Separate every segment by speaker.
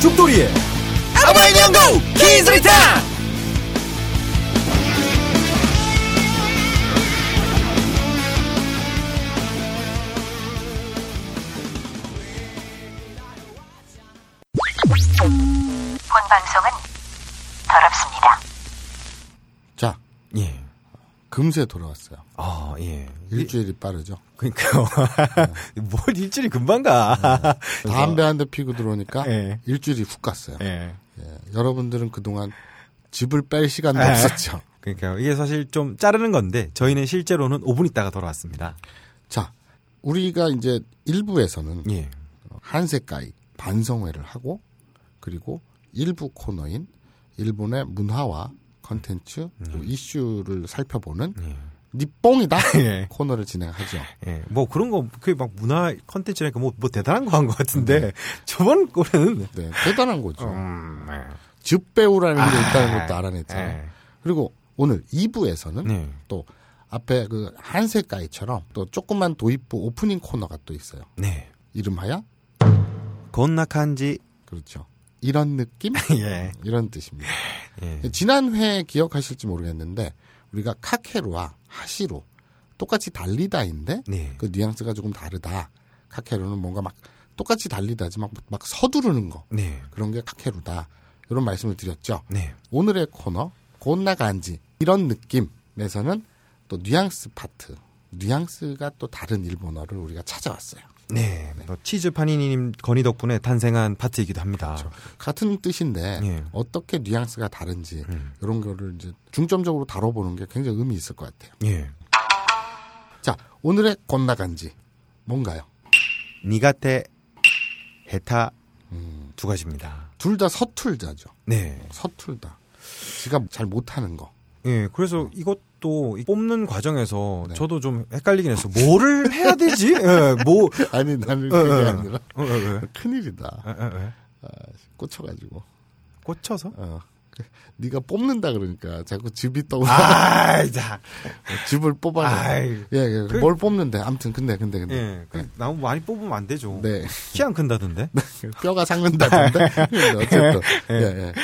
Speaker 1: 죽돌이의
Speaker 2: 아바이 연구 키즈리타
Speaker 3: 본 방송은 더럽습니다.
Speaker 4: 자,
Speaker 2: 예.
Speaker 4: 금세 돌아왔어요.
Speaker 2: 아, 예.
Speaker 4: 일주일이 빠르죠.
Speaker 2: 그러니까요. 뭘 일주일이 금방 가.
Speaker 4: 담배 한 대 피고 들어오니까
Speaker 2: 예.
Speaker 4: 일주일이 훅 갔어요.
Speaker 2: 예.
Speaker 4: 예, 여러분들은 그동안 집을 뺄 시간도
Speaker 2: 아.
Speaker 4: 없었죠.
Speaker 2: 그러니까요. 이게 사실 좀 자르는 건데 저희는 실제로는 5분 있다가 돌아왔습니다.
Speaker 4: 자, 우리가 이제 일부에서는
Speaker 2: 예.
Speaker 4: 한세가이 반성회를 하고 그리고 일부 코너인 일본의 문화와 컨텐츠 그리고 이슈를 살펴보는
Speaker 2: 음. 예.
Speaker 4: 니뽕이다
Speaker 2: 예.
Speaker 4: 코너를 진행하죠.
Speaker 2: 예. 뭐 그런 거 그게 막 문화 컨텐츠라니까 뭐, 뭐 대단한 거 한 것 같은데 저번 거는
Speaker 4: 네, 대단한 거죠.
Speaker 2: 음.
Speaker 4: 즙배우라는 게 있다는 것도
Speaker 2: 예.
Speaker 4: 알아냈잖아요.
Speaker 2: 예.
Speaker 4: 그리고 오늘 2부에서는
Speaker 2: 네.
Speaker 4: 또 앞에 그 한색가이처럼 또 조그만 도입부 오프닝 코너가 또 있어요.
Speaker 2: 네.
Speaker 4: 이름하여
Speaker 2: 건나칸지
Speaker 4: 그렇죠. 이런 느낌
Speaker 2: 예.
Speaker 4: 이런 뜻입니다.
Speaker 2: 예.
Speaker 4: 지난 회 기억하실지 모르겠는데 우리가 카케루와 하시루 똑같이 달리다인데
Speaker 2: 네.
Speaker 4: 그 뉘앙스가 조금 다르다. 카케루는 뭔가 막 똑같이 달리다지 막, 막 서두르는 거
Speaker 2: 네.
Speaker 4: 그런 게 카케루다 이런 말씀을 드렸죠.
Speaker 2: 네.
Speaker 4: 오늘의 코너 곧나간지 이런 느낌에서는 또 뉘앙스 파트 뉘앙스가 또 다른 일본어를 우리가 찾아왔어요.
Speaker 2: 네. 뭐 치즈 파니니님 건의 덕분에 탄생한 파트이기도 합니다.
Speaker 4: 같은 뜻인데
Speaker 2: 예. 음.
Speaker 4: 어떻게 뉘앙스가 다른지 이런 거를 이제 중점적으로 다뤄보는 게 굉장히 의미 있을 것 같아요.
Speaker 2: 예.
Speaker 4: 자 오늘의 곧나간지 뭔가요?
Speaker 2: 니가테 헤타 두 가지입니다.
Speaker 4: 둘 다 서툴자죠.
Speaker 2: 네.
Speaker 4: 서툴다. 지가 잘 못하는 거.
Speaker 2: 예.
Speaker 4: 음.
Speaker 2: 그래서 이것도 이 뽑는 과정에서
Speaker 4: 네.
Speaker 2: 저도 좀 헷갈리긴 했어. 뭐를 해야 되지? 예. 뭐
Speaker 4: 아니 나는 그게
Speaker 2: 예.
Speaker 4: 아니라
Speaker 2: 어, 어, 어.
Speaker 4: 큰일이다.
Speaker 2: 예, 예, 예.
Speaker 4: 꽂혀가지고.
Speaker 2: 꽂혀서?
Speaker 4: 어. 네가 뽑는다 그러니까 자꾸 집이 떠오르
Speaker 2: 아, 자.
Speaker 4: 집을 뽑아내.
Speaker 2: 아이.
Speaker 4: 예, 예.
Speaker 2: 그-
Speaker 4: 뭘 뽑는데. 아무튼 근데 근데 근데.
Speaker 2: 예. 그 나무 많이 뽑으면 안 되죠.
Speaker 4: 음. 네.
Speaker 2: 키 안 큰다던데.
Speaker 4: 뼈가 삭는다던데. 근데 어쨌든. 예, 예.
Speaker 2: 예.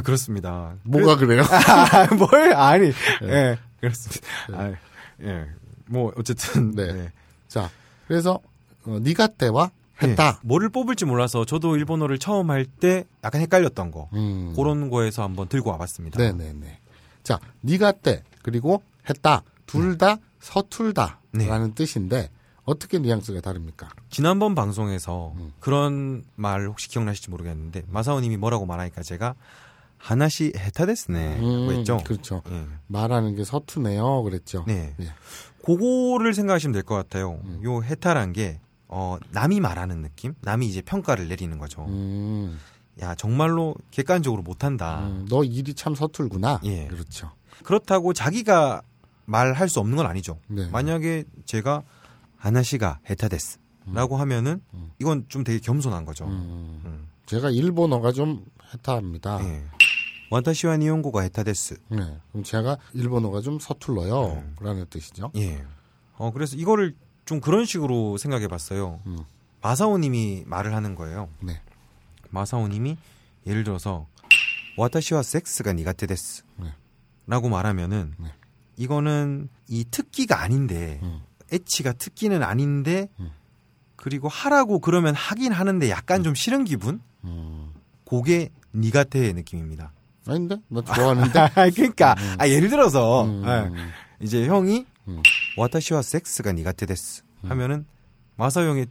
Speaker 2: 그렇습니다.
Speaker 4: 뭐가 그래요?
Speaker 2: 아, 뭘 아니 예
Speaker 4: 네.
Speaker 2: 그렇습니다 아, 예뭐 어쨌든
Speaker 4: 네.
Speaker 2: 예.
Speaker 4: 자, 그래서 어, 니가 때와
Speaker 2: 예.
Speaker 4: 했다.
Speaker 2: 뭐를 뽑을지 몰라서 저도 일본어를 처음 할 때 약간 헷갈렸던 거
Speaker 4: 음.
Speaker 2: 그런 거에서 한번 들고 와봤습니다
Speaker 4: 네, 네, 네. 자, 니가 때 그리고 했다. 둘 다
Speaker 2: 네.
Speaker 4: 서툴다라는 뜻인데 어떻게 뉘앙스가 다릅니까?
Speaker 2: 지난번 방송에서
Speaker 4: 음.
Speaker 2: 그런 말 혹시 기억나실지 모르겠는데 마사오님이 뭐라고 말하니까 제가 하나시 헤타데스네
Speaker 4: 음,
Speaker 2: 뭐 했죠
Speaker 4: 그렇죠.
Speaker 2: 예.
Speaker 4: 말하는 게 서투네요. 그랬죠.
Speaker 2: 네.
Speaker 4: 예. 음.
Speaker 2: 그거를 생각하시면 될 것 같아요 요 헤타란 게 어, 남이 말하는 느낌 남이 이제 평가를 내리는 거죠
Speaker 4: 음.
Speaker 2: 야 정말로 객관적으로 못한다
Speaker 4: 음, 너 일이 참 서툴구나.
Speaker 2: 아. 예.
Speaker 4: 그렇죠.
Speaker 2: 그렇다고 자기가 말할 수 없는 건 아니죠.
Speaker 4: 네.
Speaker 2: 만약에 제가 하나씨가 헤타데스라고 하면은 이건 좀 되게 겸손한 거죠.
Speaker 4: 음.
Speaker 2: 음.
Speaker 4: 제가 일본어가 좀 해타합니다.
Speaker 2: 예. 와타시와 니온고가 헤타데스.
Speaker 4: 네. 그럼 제가 일본어가 좀 서툴러요. 라는 뜻이죠.
Speaker 2: 예. 어 그래서 이거를 좀 그런 식으로 생각해봤어요.
Speaker 4: 음.
Speaker 2: 마사오님이 말을 하는 거예요.
Speaker 4: 네.
Speaker 2: 마사오님이 예를 들어서 와타시와 섹스가 니가테데스.
Speaker 4: 네.
Speaker 2: 라고 말하면은
Speaker 4: 네.
Speaker 2: 이거는 이 특기가 아닌데
Speaker 4: 음.
Speaker 2: 애치가 특기는 아닌데
Speaker 4: 음.
Speaker 2: 그리고 하라고 그러면 하긴 하는데 약간 좀 싫은 기분?
Speaker 4: 음.
Speaker 2: 그게 니가테의 느낌입니다.
Speaker 4: 아닌데? 나 좋아하는데?
Speaker 2: 그러니까 아, 예를 들어서
Speaker 4: 음.
Speaker 2: 예. 이제 형이
Speaker 4: 음.
Speaker 2: 와타시와 섹스가 니가테데스 하면은 마사오 형이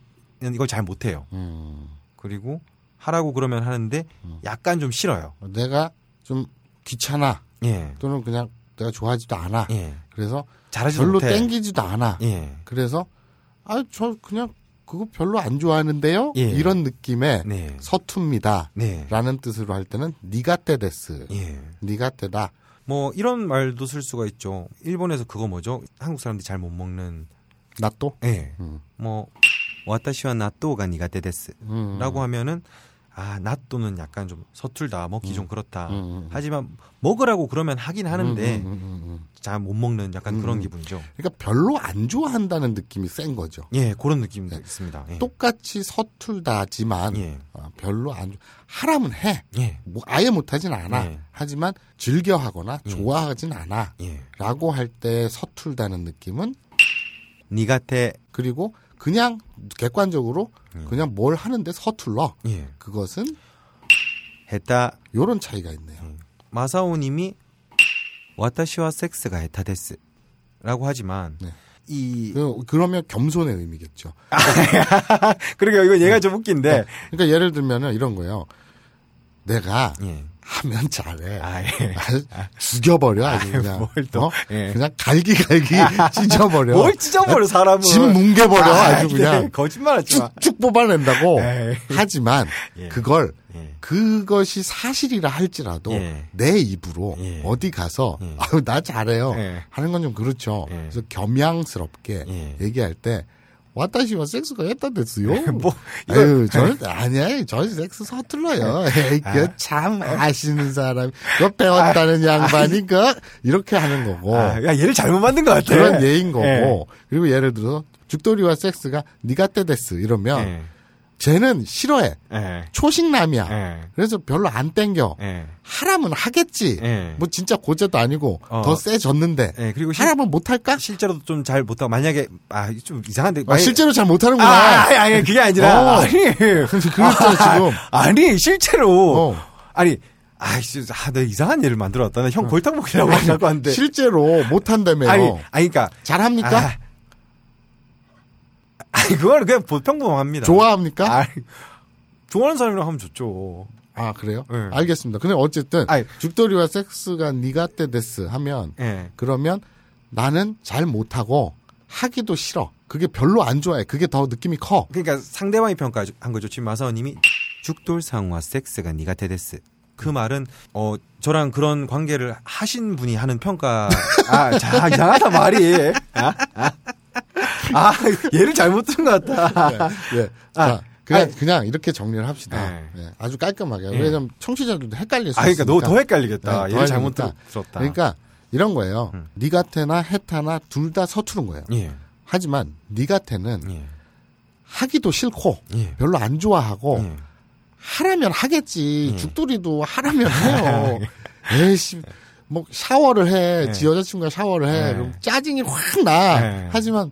Speaker 2: 이걸 잘 못해요.
Speaker 4: 음.
Speaker 2: 그리고 하라고 그러면 하는데 약간 좀 싫어요.
Speaker 4: 내가 좀 귀찮아.
Speaker 2: 예.
Speaker 4: 또는 그냥 내가 좋아하지도 않아.
Speaker 2: 예.
Speaker 4: 그래서
Speaker 2: 잘하지도
Speaker 4: 별로
Speaker 2: 못해.
Speaker 4: 땡기지도 않아.
Speaker 2: 예.
Speaker 4: 그래서 아, 저 그냥 그거 별로 안 좋아하는데요?
Speaker 2: 예.
Speaker 4: 이런 느낌의
Speaker 2: 네.
Speaker 4: 서툽니다.
Speaker 2: 네.
Speaker 4: 라는 뜻으로 할 때는 니가 때데스.
Speaker 2: 예.
Speaker 4: 니가 때다.
Speaker 2: 뭐 이런 말도 쓸 수가 있죠. 일본에서 그거 뭐죠? 한국 사람들이 잘 못 먹는
Speaker 4: 나 또?
Speaker 2: 예.
Speaker 4: 음.
Speaker 2: 뭐 와타시와 나또가 니가테데스라고
Speaker 4: 음.
Speaker 2: 하면은 아, 낫또는 약간 좀 서툴다, 뭐 먹기 좀 그렇다.
Speaker 4: 음, 음, 음.
Speaker 2: 하지만 먹으라고 그러면 하긴 하는데
Speaker 4: 음, 음, 음, 음.
Speaker 2: 잘 못 먹는 약간
Speaker 4: 음,
Speaker 2: 그런
Speaker 4: 음.
Speaker 2: 기분이죠.
Speaker 4: 그러니까 별로 안 좋아한다는 느낌이 센 거죠.
Speaker 2: 예, 그런 느낌도
Speaker 4: 네.
Speaker 2: 있습니다. 예.
Speaker 4: 똑같이 서툴다지만
Speaker 2: 예.
Speaker 4: 아, 별로 안 좋아. 하라면 해.
Speaker 2: 예.
Speaker 4: 뭐 아예 못하진 않아.
Speaker 2: 예.
Speaker 4: 하지만 즐겨하거나 좋아하진 않아.
Speaker 2: 예.
Speaker 4: 라고 할 때 서툴다는 느낌은
Speaker 2: 니 같애.
Speaker 4: 그리고 그냥 객관적으로 그냥 뭘 하는데 서툴러.
Speaker 2: 예.
Speaker 4: 그것은
Speaker 2: 했다.
Speaker 4: 요런 차이가 있네요.
Speaker 2: 예. 마사오 님이 와타시와 섹스가 헤타 데스. 라고 하지만
Speaker 4: 네.
Speaker 2: 이
Speaker 4: 그- 그러면 겸손의 의미겠죠.
Speaker 2: 그러게요. 이건 얘가 좀 웃긴데.
Speaker 4: 그러니까 예를 들면은 이런 거예요. 내가
Speaker 2: 예.
Speaker 4: 하면 잘해.
Speaker 2: 아, 예.
Speaker 4: 아, 죽여버려 아주 그냥
Speaker 2: 뭘 또.
Speaker 4: 어?
Speaker 2: 예.
Speaker 4: 그냥 갈기갈기 찢어버려
Speaker 2: 뭘 찢어버려 사람을.
Speaker 4: 집 뭉개버려 아주
Speaker 2: 이게
Speaker 4: 그냥
Speaker 2: 네. 거짓말하지 마.
Speaker 4: 쭉쭉 뽑아낸다고
Speaker 2: 에이.
Speaker 4: 하지만
Speaker 2: 예.
Speaker 4: 그걸
Speaker 2: 예.
Speaker 4: 그것이 사실이라 할지라도
Speaker 2: 예.
Speaker 4: 내 입으로
Speaker 2: 예.
Speaker 4: 어디 가서
Speaker 2: 예.
Speaker 4: 아유 나 잘해요
Speaker 2: 예.
Speaker 4: 하는 건 좀 그렇죠
Speaker 2: 예.
Speaker 4: 그래서 겸양스럽게
Speaker 2: 예.
Speaker 4: 얘기할 때 와타시와 섹스가 했다 됐어요.
Speaker 2: 뭐, 이거- 예.
Speaker 4: 아유, 저는, 아니야, 저는 섹스 서툴러요. 에이,
Speaker 2: 아.
Speaker 4: 그거 참 아시는 사람, 그거 배웠다는 양반이, 그 이렇게 하는 거고.
Speaker 2: 아, 야, 얘를 잘못 만든 것 같아.
Speaker 4: 그런 예인 거고.
Speaker 2: 예.
Speaker 4: 그리고 예를 들어서, 죽돌이와 섹스가 니가 때데스 이러면,
Speaker 2: 예.
Speaker 4: 쟤는 싫어해.
Speaker 2: 예.
Speaker 4: 초식남이야.
Speaker 2: 예.
Speaker 4: 그래서 별로 안 땡겨.
Speaker 2: 예.
Speaker 4: 하라면 하겠지.
Speaker 2: 예.
Speaker 4: 뭐 진짜 고제도 아니고
Speaker 2: 어.
Speaker 4: 더 세졌는데
Speaker 2: 예, 그리고 실,
Speaker 4: 하라면 못 할까?
Speaker 2: 실제로도 좀 잘 못하고 만약에 아 좀 이상한데
Speaker 4: 아,
Speaker 2: 만약에-
Speaker 4: 실제로 잘
Speaker 2: 아,
Speaker 4: 못하는구나.
Speaker 2: 아니, 아니 그게 아니라
Speaker 4: 어.
Speaker 2: 아니
Speaker 4: 그랬잖아, 지금.
Speaker 2: 아니 실제로
Speaker 4: 어.
Speaker 2: 아니 아씨 아, 내 이상한 예를 만들어 놨다 나형 골탕 먹이라고 하고 한데
Speaker 4: 실제로 못한다며요.
Speaker 2: 아니 아니 그러니까
Speaker 4: 잘합니까?
Speaker 2: 아, 아니 그걸 그냥 보- 평범합니다
Speaker 4: 좋아합니까? 아,
Speaker 2: 아, 좋아하는 사람이랑 하면 좋죠
Speaker 4: 그래요?
Speaker 2: 예.
Speaker 4: 알겠습니다. 근데 어쨌든
Speaker 2: 아니.
Speaker 4: 죽돌이와 섹스가 니가 때데스 하면
Speaker 2: 예
Speaker 4: 그러면 나는 잘 못하고 하기도 싫어. 그게 별로 안 좋아해. 그게 더 느낌이 커.
Speaker 2: 그러니까 상대방이 평가한 거죠 지금 마사오님이 죽돌상우와 섹스가 니가 테데스 그 말은 어 저랑 그런 관계를 하신 분이 하는 평가 아 자, 이상하다 말이 아, 아. 아, 얘를 잘못 들은 것 같다
Speaker 4: 예. 자, 그냥
Speaker 2: 아니.
Speaker 4: 그냥 이렇게 정리를 합시다.
Speaker 2: 예.
Speaker 4: 예, 아주 깔끔하게. 왜냐면 청취자들도 헷갈릴 수
Speaker 2: 아 그러니까
Speaker 4: 있으니까.
Speaker 2: 너 더 헷갈리겠다
Speaker 4: 네,
Speaker 2: 얘를 잘못 들-
Speaker 4: 헷갈리니까.
Speaker 2: 들었다 음.
Speaker 4: 그러니까 이런 거예요. 니가테나 헤타나 둘 다 서투른 거예요.
Speaker 2: 예예
Speaker 4: 하지만 니가테는
Speaker 2: 예.
Speaker 4: 하기도 싫고
Speaker 2: 예.
Speaker 4: 별로 안 좋아하고
Speaker 2: 예.
Speaker 4: 하라면 하겠지. 죽돌이도 하라면 해요. 에이씨, 뭐 샤워를 해.
Speaker 2: 예.
Speaker 4: 지 여자친구가 샤워를 해.
Speaker 2: 예.
Speaker 4: 그럼 짜증이 확 나.
Speaker 2: 예.
Speaker 4: 하지만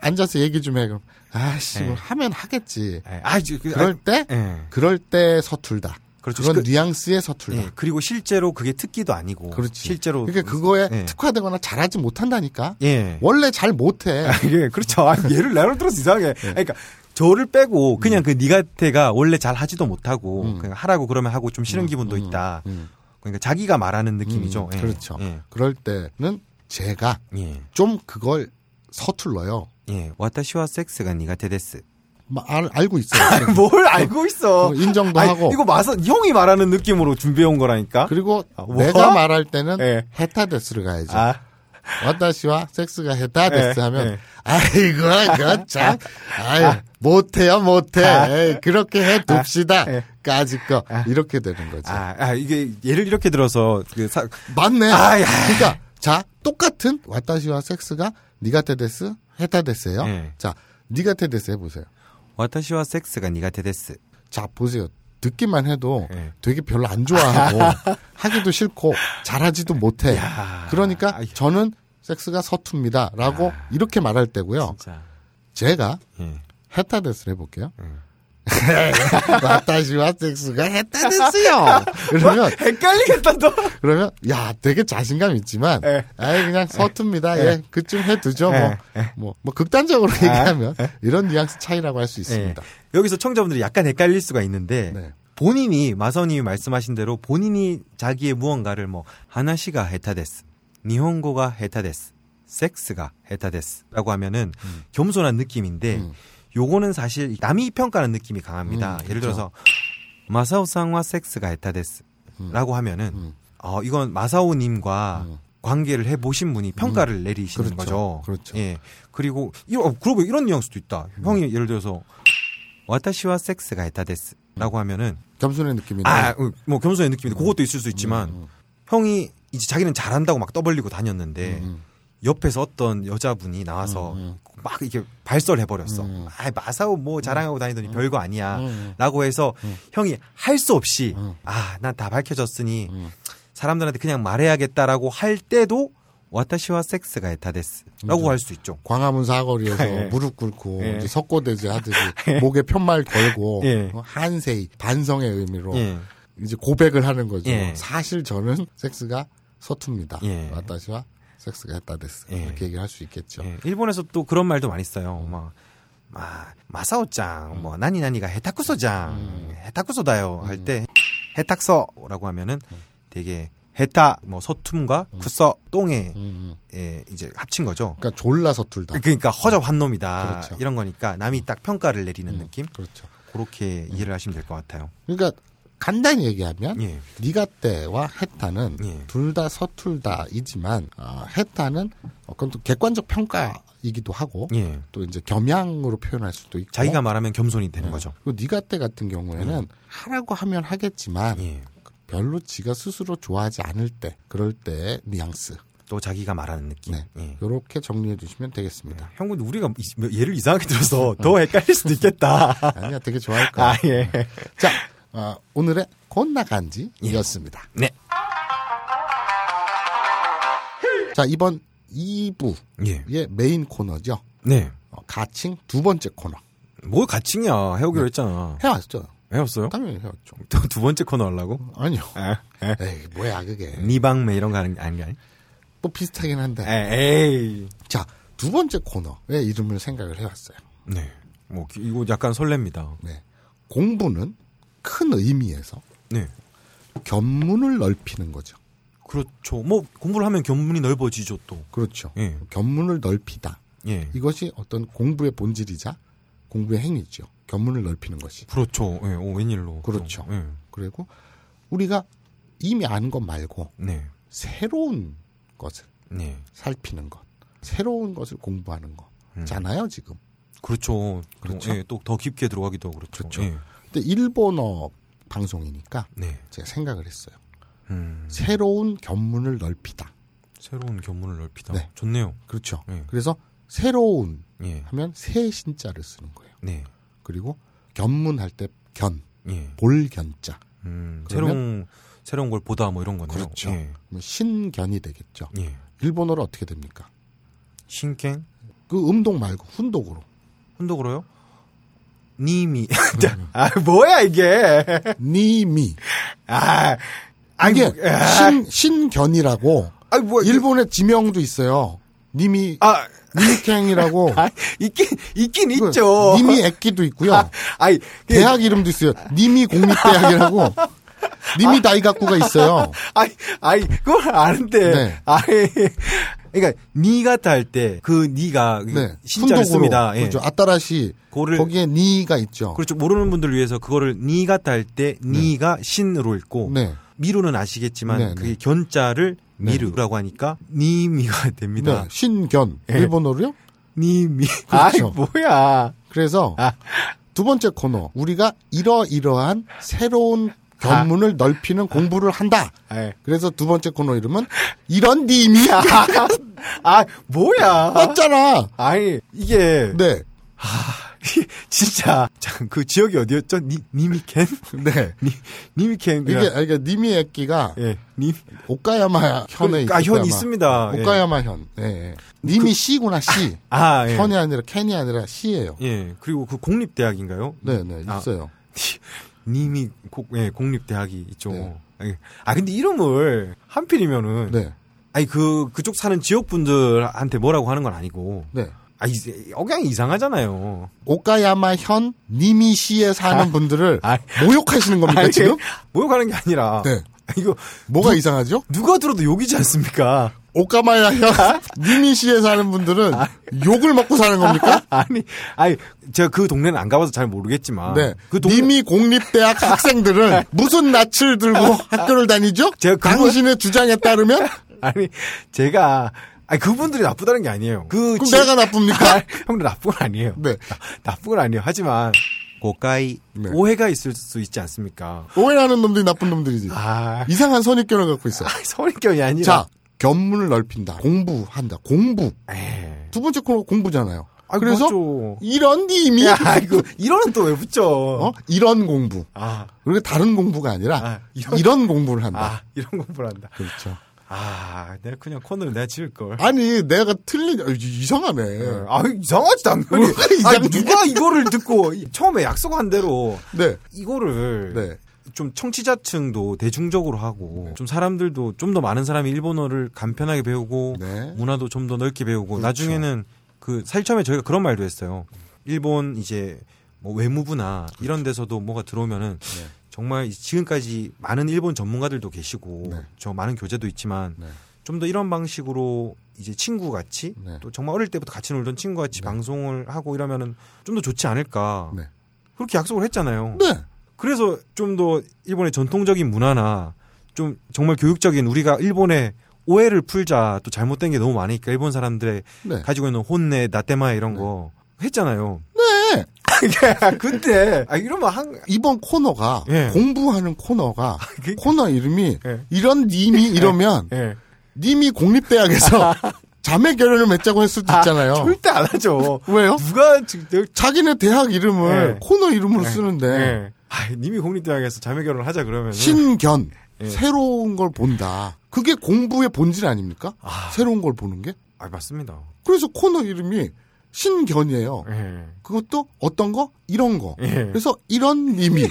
Speaker 4: 앉아서 얘기 좀 해. 그럼 아씨,
Speaker 2: 예.
Speaker 4: 뭐 하면 하겠지.
Speaker 2: 예. 아 이제 그-
Speaker 4: 그럴 때,
Speaker 2: 아, 예.
Speaker 4: 그럴 때 서툴다.
Speaker 2: 그렇죠.
Speaker 4: 건
Speaker 2: 그-
Speaker 4: 뉘앙스의 서툴다.
Speaker 2: 예. 그리고 실제로 그게 특기도 아니고
Speaker 4: 그렇지.
Speaker 2: 실제로
Speaker 4: 그러니까 그거에
Speaker 2: 예.
Speaker 4: 특화되거나 잘하지 못한다니까.
Speaker 2: 예
Speaker 4: 원래 잘 못해.
Speaker 2: 아, 예, 그렇죠. 아, 얘를 나로 들어서 이상해. 아니, 그러니까 저를 빼고 그냥 그 니가테가 원래 잘 하지도 못하고 그냥 하라고 그러면 하고 좀 싫은 기분도 있다.
Speaker 4: 음.
Speaker 2: 그러니까 자기가 말하는 느낌이죠. 예.
Speaker 4: 그렇죠.
Speaker 2: 예.
Speaker 4: 그럴 때는 제가
Speaker 2: 예.
Speaker 4: 좀 그걸 서툴러요.
Speaker 2: 예. 와타시와 섹스가 니가테 데스.
Speaker 4: 마- 알, 알고 있어요.
Speaker 2: 뭘 알고 있어.
Speaker 4: 그거 인정도
Speaker 2: 아, 아니,
Speaker 4: 하고.
Speaker 2: 뭐, 이거 마사 형이 말하는 느낌으로 준비해 온 거라니까.
Speaker 4: 그리고
Speaker 2: 아, 뭐?
Speaker 4: 내가 말할 때는
Speaker 2: 예.
Speaker 4: 헤타데스를 가야죠.
Speaker 2: 아.
Speaker 4: 와타시와 섹스가 헤타데스
Speaker 2: 예,
Speaker 4: 하면
Speaker 2: 예.
Speaker 4: 아이고 그거 참 아이, 못해요 못해 에이, 그렇게 해둡시다
Speaker 2: 아. 예.
Speaker 4: 까짓 거 이렇게 되는 거죠.
Speaker 2: 아, 아, 이게 얘를 이렇게 들어서 그 사,
Speaker 4: 맞네.
Speaker 2: 아, 야.
Speaker 4: 그러니까 자 똑같은 와타시와 섹스가 니가테데스 헤타데스예요.
Speaker 2: 예.
Speaker 4: 자 니가테데스 해보세요.
Speaker 2: 와타시와 섹스가 니가테 데스.
Speaker 4: 자 보세요. 듣기만 해도
Speaker 2: 예.
Speaker 4: 되게 별로 안 좋아하고 하기도 싫고 잘하지도 못해.
Speaker 2: 야.
Speaker 4: 그러니까
Speaker 2: 아, 야.
Speaker 4: 저는 섹스가 서툽니다라고 이렇게 말할 때고요.
Speaker 2: 진짜.
Speaker 4: 제가
Speaker 2: 예.
Speaker 4: 헤타데스를 해볼게요. 와타시와 섹스가 헤타데스요. 그러면
Speaker 2: 헷갈리겠다 너.
Speaker 4: 그러면 야 되게 자신감 있지만
Speaker 2: 예.
Speaker 4: 아예 그냥 서툽니다 예 그쯤 해두죠 뭐 뭐 뭐
Speaker 2: 예.
Speaker 4: 극단적으로 얘기하면 이런 뉘앙스 차이라고 할 수 있습니다
Speaker 2: 아, 예. 여기서 청자분들이 약간 헷갈릴 수가 있는데
Speaker 4: 네.
Speaker 2: 본인이 마선님이 말씀하신 대로 본인이 자기의 무언가를 뭐 하나시가 헤타데스, 니혼고가 헤타데스, 섹스가 헤타데스라고 하면은
Speaker 4: 음.
Speaker 2: 겸손한 느낌인데 요거는 사실 남이 평가하는 느낌이 강합니다.
Speaker 4: 음, 그렇죠.
Speaker 2: 예를 들어서 마사오상과 섹스가 헤타데스라고 하면은
Speaker 4: 음.
Speaker 2: 어 이건 마사오님과 관계를 해 보신 분이 평가를 내리시는
Speaker 4: 그렇죠.
Speaker 2: 거죠.
Speaker 4: 그렇죠.
Speaker 2: 예. 어, 그리고 이런 그리고 이런 뉘앙스도 있다. 형이 예를 들어서 와타시와 섹스가 했다 데스. 라고 하면은
Speaker 4: 겸손의 느낌이네. 음,
Speaker 2: 아, 응, 뭐 겸손의 느낌인데 그것도 있을 수 있지만 형이 이제 자기는 잘한다고 막 떠벌리고
Speaker 4: 음,
Speaker 2: 다녔는데 옆에서 어떤 여자분이 나와서 막 이렇게 발설해 버렸어. 아, 마사오 뭐 자랑하고 다니더니 별거
Speaker 4: 음.
Speaker 2: 아니야라고 해서 형이 할 수 없이 아, 난 다 밝혀졌으니
Speaker 4: 음.
Speaker 2: 사람들한테 그냥 말해야겠다라고 할 때도 와타시와 섹스가 에타데스라고
Speaker 4: 음.
Speaker 2: 할 수 있죠.
Speaker 4: 광화문 사거리에서
Speaker 2: 예.
Speaker 4: 무릎 꿇고
Speaker 2: 예.
Speaker 4: 이제 석고대제 하듯이 목에 편말 걸고
Speaker 2: 예.
Speaker 4: 어, 한세이 반성의 의미로
Speaker 2: 예.
Speaker 4: 이제 고백을 하는 거죠.
Speaker 2: 예.
Speaker 4: 사실 저는 섹스가 서툽니다.
Speaker 2: 예.
Speaker 4: 와타시와 섹스가 했다 됐어.
Speaker 2: 예.
Speaker 4: 이렇게 얘기를 할 수 있겠죠. 음.
Speaker 2: 예, 일본에서 또 그런 말도 많이 써요. 막, 마, 마사오짱, 뭐, 나니나니가 해타쿠소짱,
Speaker 4: 음.
Speaker 2: 해타쿠소다요 할 때, 해탁서라고 하면은
Speaker 4: 음.
Speaker 2: 되게 해타, 뭐, 서툼과 쿠서, 똥에,
Speaker 4: 음, 음.
Speaker 2: 예, 이제 합친 거죠.
Speaker 4: 그러니까 졸라 서툴다.
Speaker 2: 그러니까 허접한 놈이다.
Speaker 4: 그렇죠.
Speaker 2: 이런 거니까 남이 딱 평가를 내리는 느낌?
Speaker 4: 그렇죠.
Speaker 2: 그렇게 이해를 하시면 될 것 같아요.
Speaker 4: 그러니까 간단히 얘기하면
Speaker 2: 예.
Speaker 4: 니가떼와 헤타는
Speaker 2: 예.
Speaker 4: 둘 다 서툴다이지만 어, 헤타는 어, 그건 또 객관적 평가이기도 하고
Speaker 2: 예.
Speaker 4: 또 이제 겸양으로 표현할 수도 있고
Speaker 2: 자기가 말하면 겸손이
Speaker 4: 음.
Speaker 2: 되는 거죠.
Speaker 4: 그리고 니가떼 같은 경우에는 하라고 하면 하겠지만
Speaker 2: 예.
Speaker 4: 별로 지가 스스로 좋아하지 않을 때 그럴 때 뉘앙스
Speaker 2: 또 자기가 말하는 느낌.
Speaker 4: 네.
Speaker 2: 예.
Speaker 4: 요렇게 정리해 주시면 되겠습니다.
Speaker 2: 형, 근데 우리가 이- 얘를 이상하게 들어서
Speaker 4: 음.
Speaker 2: 더 헷갈릴 수도 있겠다.
Speaker 4: 아니야 되게 좋아할 거야.
Speaker 2: 아, 예.
Speaker 4: 자 어, 오늘의 곤나간지이었습니다.
Speaker 2: 네.
Speaker 4: 자 이번 2부의
Speaker 2: 예.
Speaker 4: 메인 코너죠.
Speaker 2: 네.
Speaker 4: 어, 가칭 두 번째 코너
Speaker 2: 뭘 가칭이야. 해오기로 했잖아.
Speaker 4: 해왔죠.
Speaker 2: 해왔어요?
Speaker 4: 당연히 해왔죠.
Speaker 2: 또 두 번째 코너 하려고?
Speaker 4: 아니요.
Speaker 2: 에?
Speaker 4: 에이 뭐야 그게
Speaker 2: 니방매 이런 거 하는 게 아니야?
Speaker 4: 뭐 비슷하긴 한데.
Speaker 2: 에이.
Speaker 4: 자 두 번째 코너의 이름을 생각을 해왔어요.
Speaker 2: 네. 뭐, 기- 이거 약간 설렙니다.
Speaker 4: 네 공부는 큰 의미에서
Speaker 2: 네.
Speaker 4: 견문을 넓히는 거죠.
Speaker 2: 그렇죠. 뭐, 공부를 하면 견문이 넓어지죠, 또.
Speaker 4: 그렇죠.
Speaker 2: 예.
Speaker 4: 견문을 넓히다.
Speaker 2: 예.
Speaker 4: 이것이 어떤 공부의 본질이자 공부의 행위죠. 견문을 넓히는 것이.
Speaker 2: 그렇죠. 예. 오, 웬일로.
Speaker 4: 그렇죠.
Speaker 2: 또. 예.
Speaker 4: 그리고 우리가 이미 아는 것 말고
Speaker 2: 네.
Speaker 4: 새로운 것을
Speaker 2: 네.
Speaker 4: 살피는 것, 새로운 것을 공부하는 거잖아요 지금.
Speaker 2: 그렇죠.
Speaker 4: 그렇죠.
Speaker 2: 예. 또 더 깊게 들어가기도 하고 그렇죠.
Speaker 4: 그렇죠.
Speaker 2: 예.
Speaker 4: 근데 일본어 방송이니까
Speaker 2: 네.
Speaker 4: 제가 생각을 했어요.
Speaker 2: 음.
Speaker 4: 새로운 견문을 넓히다.
Speaker 2: 새로운 견문을 넓히다.
Speaker 4: 네.
Speaker 2: 좋네요.
Speaker 4: 그렇죠.
Speaker 2: 네.
Speaker 4: 그래서 새로운
Speaker 2: 예.
Speaker 4: 하면 새 신자를 쓰는 거예요.
Speaker 2: 네.
Speaker 4: 그리고 견문할 때 견,
Speaker 2: 예.
Speaker 4: 볼견자,
Speaker 2: 음,
Speaker 4: 그러면-
Speaker 2: 새로운 새로운 걸 보다 뭐 이런 거네요.
Speaker 4: 그렇죠.
Speaker 2: 예.
Speaker 4: 그러면 신견이 되겠죠.
Speaker 2: 예.
Speaker 4: 일본어로 어떻게 됩니까?
Speaker 2: 신켄
Speaker 4: 그 음독 말고 훈독으로
Speaker 2: 혼독으로요? 님이 자,
Speaker 4: 음.
Speaker 2: 아 뭐야 이게
Speaker 4: 니미
Speaker 2: 아 아니
Speaker 4: 이게
Speaker 2: 뭐, 아,
Speaker 4: 신 신견이라고
Speaker 2: 아니 뭐
Speaker 4: 일본의 지명도 있어요. 님이
Speaker 2: 아
Speaker 4: 니미캥이라고
Speaker 2: 아, 있긴 있긴
Speaker 4: 그
Speaker 2: 있죠.
Speaker 4: 님이 액기도 있고요.
Speaker 2: 아, 아니 그,
Speaker 4: 대학 이름도 있어요. 님이 공립대학이라고.
Speaker 2: 아.
Speaker 4: 님이 다이가쿠가 있어요.
Speaker 2: 아니 아니 그걸 아는데
Speaker 4: 네.
Speaker 2: 아니 그러니까 니가타 할 때 그 니가
Speaker 4: 네.
Speaker 2: 신자를 씁니다. 예.
Speaker 4: 그렇죠. 아따라시
Speaker 2: 그거를-
Speaker 4: 거기에 니가 있죠.
Speaker 2: 그렇죠. 모르는 분들 을 위해서 그거를 니가타 할 때 니가 신으로 읽고
Speaker 4: 네.
Speaker 2: 미루는 아시겠지만
Speaker 4: 네,
Speaker 2: 그게
Speaker 4: 네.
Speaker 2: 견자를 미루라고 하니까 니미가 됩니다.
Speaker 4: 네. 신견
Speaker 2: 예.
Speaker 4: 일본어로요.
Speaker 2: 니미.
Speaker 4: 그렇죠.
Speaker 2: 아이 뭐야.
Speaker 4: 그래서
Speaker 2: 아.
Speaker 4: 두 번째 코너 우리가 이러이러한 새로운 견문을 넓히는 공부를 한다.
Speaker 2: 아. 아이.
Speaker 4: 그래서 두 번째 코너 이름은 이런 님이야.
Speaker 2: 아 뭐야.
Speaker 4: 맞잖아.
Speaker 2: 아니 이게
Speaker 4: 네.
Speaker 2: 진짜 참, 그 지역이 어디였죠? 니 니미켄?
Speaker 4: 네.
Speaker 2: 니 니미켄.
Speaker 4: 이게 그러니까 님이 액기가
Speaker 2: 예. 니
Speaker 4: 오카야마 현에
Speaker 2: 그러니까
Speaker 4: 있을
Speaker 2: 현
Speaker 4: 거야, 아마.
Speaker 2: 있습니다. 예. 그-
Speaker 4: 오카야마 현. 예. 예. 님이 씨구나 씨.
Speaker 2: 아, 예.
Speaker 4: 현이 아니라 캔이 아니라 씨예요.
Speaker 2: 예. 그리고 그 공립 대학인가요?
Speaker 4: 네, 네
Speaker 2: 아.
Speaker 4: 있어요.
Speaker 2: 님이 고, 예, 공립 대학이 있죠.
Speaker 4: 네.
Speaker 2: 예. 아 근데 이름을 한필이면은
Speaker 4: 네,
Speaker 2: 아니 그 그쪽 사는 지역 분들한테 뭐라고 하는 건 아니고
Speaker 4: 네.
Speaker 2: 아, 이제 억양이 이상하잖아요.
Speaker 4: 오카야마 현 니미시에 사는 분들을
Speaker 2: 아.
Speaker 4: 모욕하시는 겁니까
Speaker 2: 아니, 예.
Speaker 4: 지금?
Speaker 2: 모욕하는 게 아니라
Speaker 4: 네.
Speaker 2: 이거
Speaker 4: 뭐가 이상하죠?
Speaker 2: 누가 들어도 욕이지 않습니까?
Speaker 4: 오카마야
Speaker 2: 아.
Speaker 4: 현 니미시에 사는 분들은 욕을 먹고 사는 겁니까?
Speaker 2: 아니, 아니 제가 그 동네는 안 가봐서 잘 모르겠지만
Speaker 4: 네.
Speaker 2: 그 동네 아.
Speaker 4: 님이 공립대학 학생들은 무슨 낯을 들고 학교를 다니죠?
Speaker 2: 어. 제가 그거-
Speaker 4: 당신의 주장에 따르면
Speaker 2: 아니 제가 아니 그분들이 나쁘다는 게 아니에요. 그
Speaker 4: 그럼
Speaker 2: 지-
Speaker 4: 내가 나쁩니까?
Speaker 2: 아, 형들 나쁜 건 아니에요.
Speaker 4: 네.
Speaker 2: 나, 나쁜 건 아니에요. 하지만 고가이
Speaker 4: 네.
Speaker 2: 오해가 있을 수 있지 않습니까?
Speaker 4: 오해하는 놈들이 나쁜 놈들이지.
Speaker 2: 아
Speaker 4: 이상한 선입견을 갖고 있어.
Speaker 2: 선입견이 아니라
Speaker 4: 자, 견문을 넓힌다. 공부한다. 공부.
Speaker 2: 에이.
Speaker 4: 두 번째 코너 공부잖아요.
Speaker 2: 네. 아이고,
Speaker 4: 그래서
Speaker 2: 맞죠.
Speaker 4: 이런 님이
Speaker 2: 야, 이거 이런 또 왜 붙여?
Speaker 4: 어? 이런 공부.
Speaker 2: 아,
Speaker 4: 그리고 다른 공부가 아니라
Speaker 2: 아,
Speaker 4: 이런,
Speaker 2: 이런-
Speaker 4: 공부를 한다.
Speaker 2: 아 이런 공부를 한다.
Speaker 4: 그렇죠.
Speaker 2: 아, 내가 그냥 코너를 내가 지을 걸.
Speaker 4: 아니 내가 틀린 아, 이- 이상하네.
Speaker 2: 아 이상하지 당연히. 아
Speaker 4: 이상해.
Speaker 2: 누가 이거를 듣고 이- 처음에 약속한 대로
Speaker 4: 네.
Speaker 2: 이거를
Speaker 4: 네.
Speaker 2: 좀 청취자층도 대중적으로 하고 좀 사람들도 좀 더 많은 사람이 일본어를 간편하게 배우고
Speaker 4: 네. 그렇죠.
Speaker 2: 문화도 좀 더 넓게 배우고 나중에는 그 사실 처음에 저희가 그런 말도 했어요. 일본 이제 뭐 외무부나
Speaker 4: 그렇죠.
Speaker 2: 이런 데서도 뭐가 들어오면은
Speaker 4: 네.
Speaker 2: 정말 지금까지 많은 일본 전문가들도 계시고
Speaker 4: 네.
Speaker 2: 저 많은 교재도 있지만
Speaker 4: 네.
Speaker 2: 좀 더 이런 방식으로 이제 친구 같이
Speaker 4: 네.
Speaker 2: 또 정말 어릴 때부터 같이 놀던 친구 같이 방송을 하고 이러면은 좀 더 좋지 않을까
Speaker 4: 네.
Speaker 2: 그렇게 약속을 했잖아요.
Speaker 4: 네.
Speaker 2: 그래서 좀 더 일본의 전통적인 문화나 좀 정말 교육적인 우리가 일본의 오해를 풀자 또 잘못된 게 너무 많으니까 일본 사람들의
Speaker 4: 네.
Speaker 2: 가지고 있는 혼내 나테마 이런 거 했잖아요.
Speaker 4: 네.
Speaker 2: 근데 아 이러면 한
Speaker 4: 이번 코너가
Speaker 2: 예.
Speaker 4: 공부하는 코너가
Speaker 2: 그-
Speaker 4: 코너 이름이
Speaker 2: 예.
Speaker 4: 이런 님이 이러면
Speaker 2: 예.
Speaker 4: 님이 공립대학에서 자매 결연을 맺자고 할 수도 있잖아요. 어?
Speaker 2: 절대 안 하죠.
Speaker 4: 왜요?
Speaker 2: 누가 지금
Speaker 4: 자기네 네. 대학 이름을
Speaker 2: 예.
Speaker 4: 코너 이름으로 쓰는데
Speaker 2: 예. 아, 님이 공립대학에서 자매 결혼을 하자 그러면
Speaker 4: 신견
Speaker 2: 예.
Speaker 4: 새로운 걸 본다. 그게 공부의 본질 아닙니까?
Speaker 2: 아.
Speaker 4: 새로운 걸 보는 게.
Speaker 2: 아 맞습니다.
Speaker 4: 그래서 코너 이름이 신견이에요.
Speaker 2: 예.
Speaker 4: 그것도 어떤 거 이런 거.
Speaker 2: 예.
Speaker 4: 그래서 이런 님이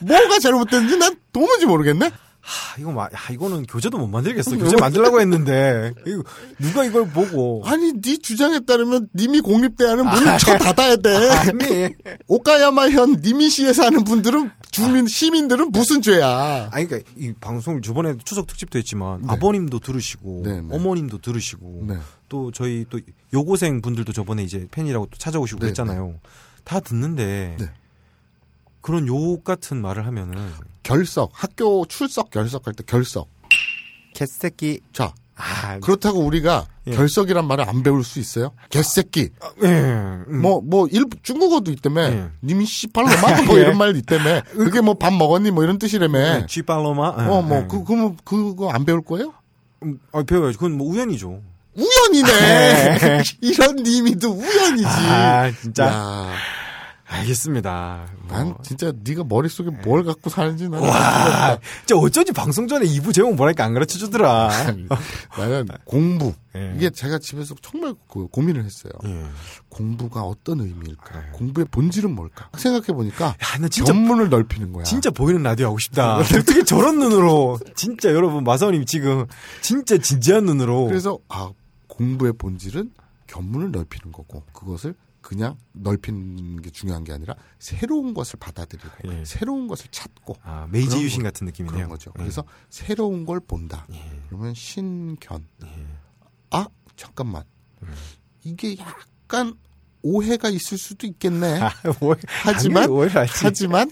Speaker 4: 뭐가 잘못됐는지 난 도무지 모르겠네.
Speaker 2: 아 이거 마, 아, 이거는 교재도 못 만들겠어. 교재 만들려고 했는데 이거 누가 이걸 보고
Speaker 4: 아니 네 주장에 따르면 님이 공립대하는 문을 쳐 닫아야 돼.
Speaker 2: 아니
Speaker 4: 오카야마현 니미시에 사는 분들은 주민 시민들은 무슨 죄야?
Speaker 2: 아니 그러니까 이 방송을 저번에 추석 특집도 했지만
Speaker 4: 네.
Speaker 2: 아버님도 들으시고
Speaker 4: 네, 네.
Speaker 2: 어머님도 들으시고
Speaker 4: 네.
Speaker 2: 또 저희 또 여고생 분들도 저번에 이제 팬이라고 또 찾아오시고
Speaker 4: 네,
Speaker 2: 그랬잖아요. 다 듣는데
Speaker 4: 네.
Speaker 2: 그런 욕 같은 말을 하면은
Speaker 4: 결석 학교 출석 결석할 때 결석.
Speaker 2: 개새끼
Speaker 4: 자
Speaker 2: 아
Speaker 4: 그렇다고 우리가
Speaker 2: 예.
Speaker 4: 결석이란 말을 안 배울 수 있어요? 개새끼.
Speaker 2: 예.
Speaker 4: 뭐 뭐 중국어도 있다며.
Speaker 2: 예.
Speaker 4: 님씨 팔로마 뭐
Speaker 2: 예.
Speaker 4: 이런 말도 있다며. 그게 뭐 밥 먹었니 뭐 이런 뜻이라며.
Speaker 2: 음, 쥐팔로마 예,
Speaker 4: 어 뭐 그 음, 그럼 그거 안 배울 거예요?
Speaker 2: 아, 배워야죠. 그건 뭐 우연이죠.
Speaker 4: 우연이네. 이런 님이도 우연이지.
Speaker 2: 예. 아, 진짜.
Speaker 4: 야,
Speaker 2: 알겠습니다. 뭐.
Speaker 4: 난 진짜 네가 머릿속에
Speaker 2: 예.
Speaker 4: 뭘 갖고 사는지 나는
Speaker 2: 아, 진짜 어쩐지 방송 전에 2부 제목 뭐랄까 안 가르쳐 주더라.
Speaker 4: 나는 공부.
Speaker 2: 예.
Speaker 4: 이게 제가 집에서 정말 그 고민을 했어요.
Speaker 2: 예.
Speaker 4: 공부가 어떤 의미일까?
Speaker 2: 예.
Speaker 4: 공부의 본질은 뭘까? 생각해 보니까
Speaker 2: 야, 나 진짜
Speaker 4: 전문을 넓히는 거야.
Speaker 2: 진짜 보이는 라디오 하고 싶다. 어떻게 저런 눈으로 진짜 여러분 마사오님 지금 진짜 진지한 눈으로
Speaker 4: 그래서 아 공부의 본질은 견문을 넓히는 거고 그것을 그냥 넓히는 게 중요한 게 아니라 새로운 것을 받아들이고
Speaker 2: 예.
Speaker 4: 새로운 것을 찾고
Speaker 2: 아, 메이지
Speaker 4: 그런
Speaker 2: 유신
Speaker 4: 거-
Speaker 2: 같은 느낌이네요.
Speaker 4: 그런 거죠.
Speaker 2: 예.
Speaker 4: 그래서 새로운 걸 본다. 그러면 신견.
Speaker 2: 예.
Speaker 4: 아 잠깐만 이게 약간 오해가 있을 수도 있겠네.
Speaker 2: 아, 뭐,
Speaker 4: 하지만-
Speaker 2: 당연히 오해를 알지.
Speaker 4: 하지만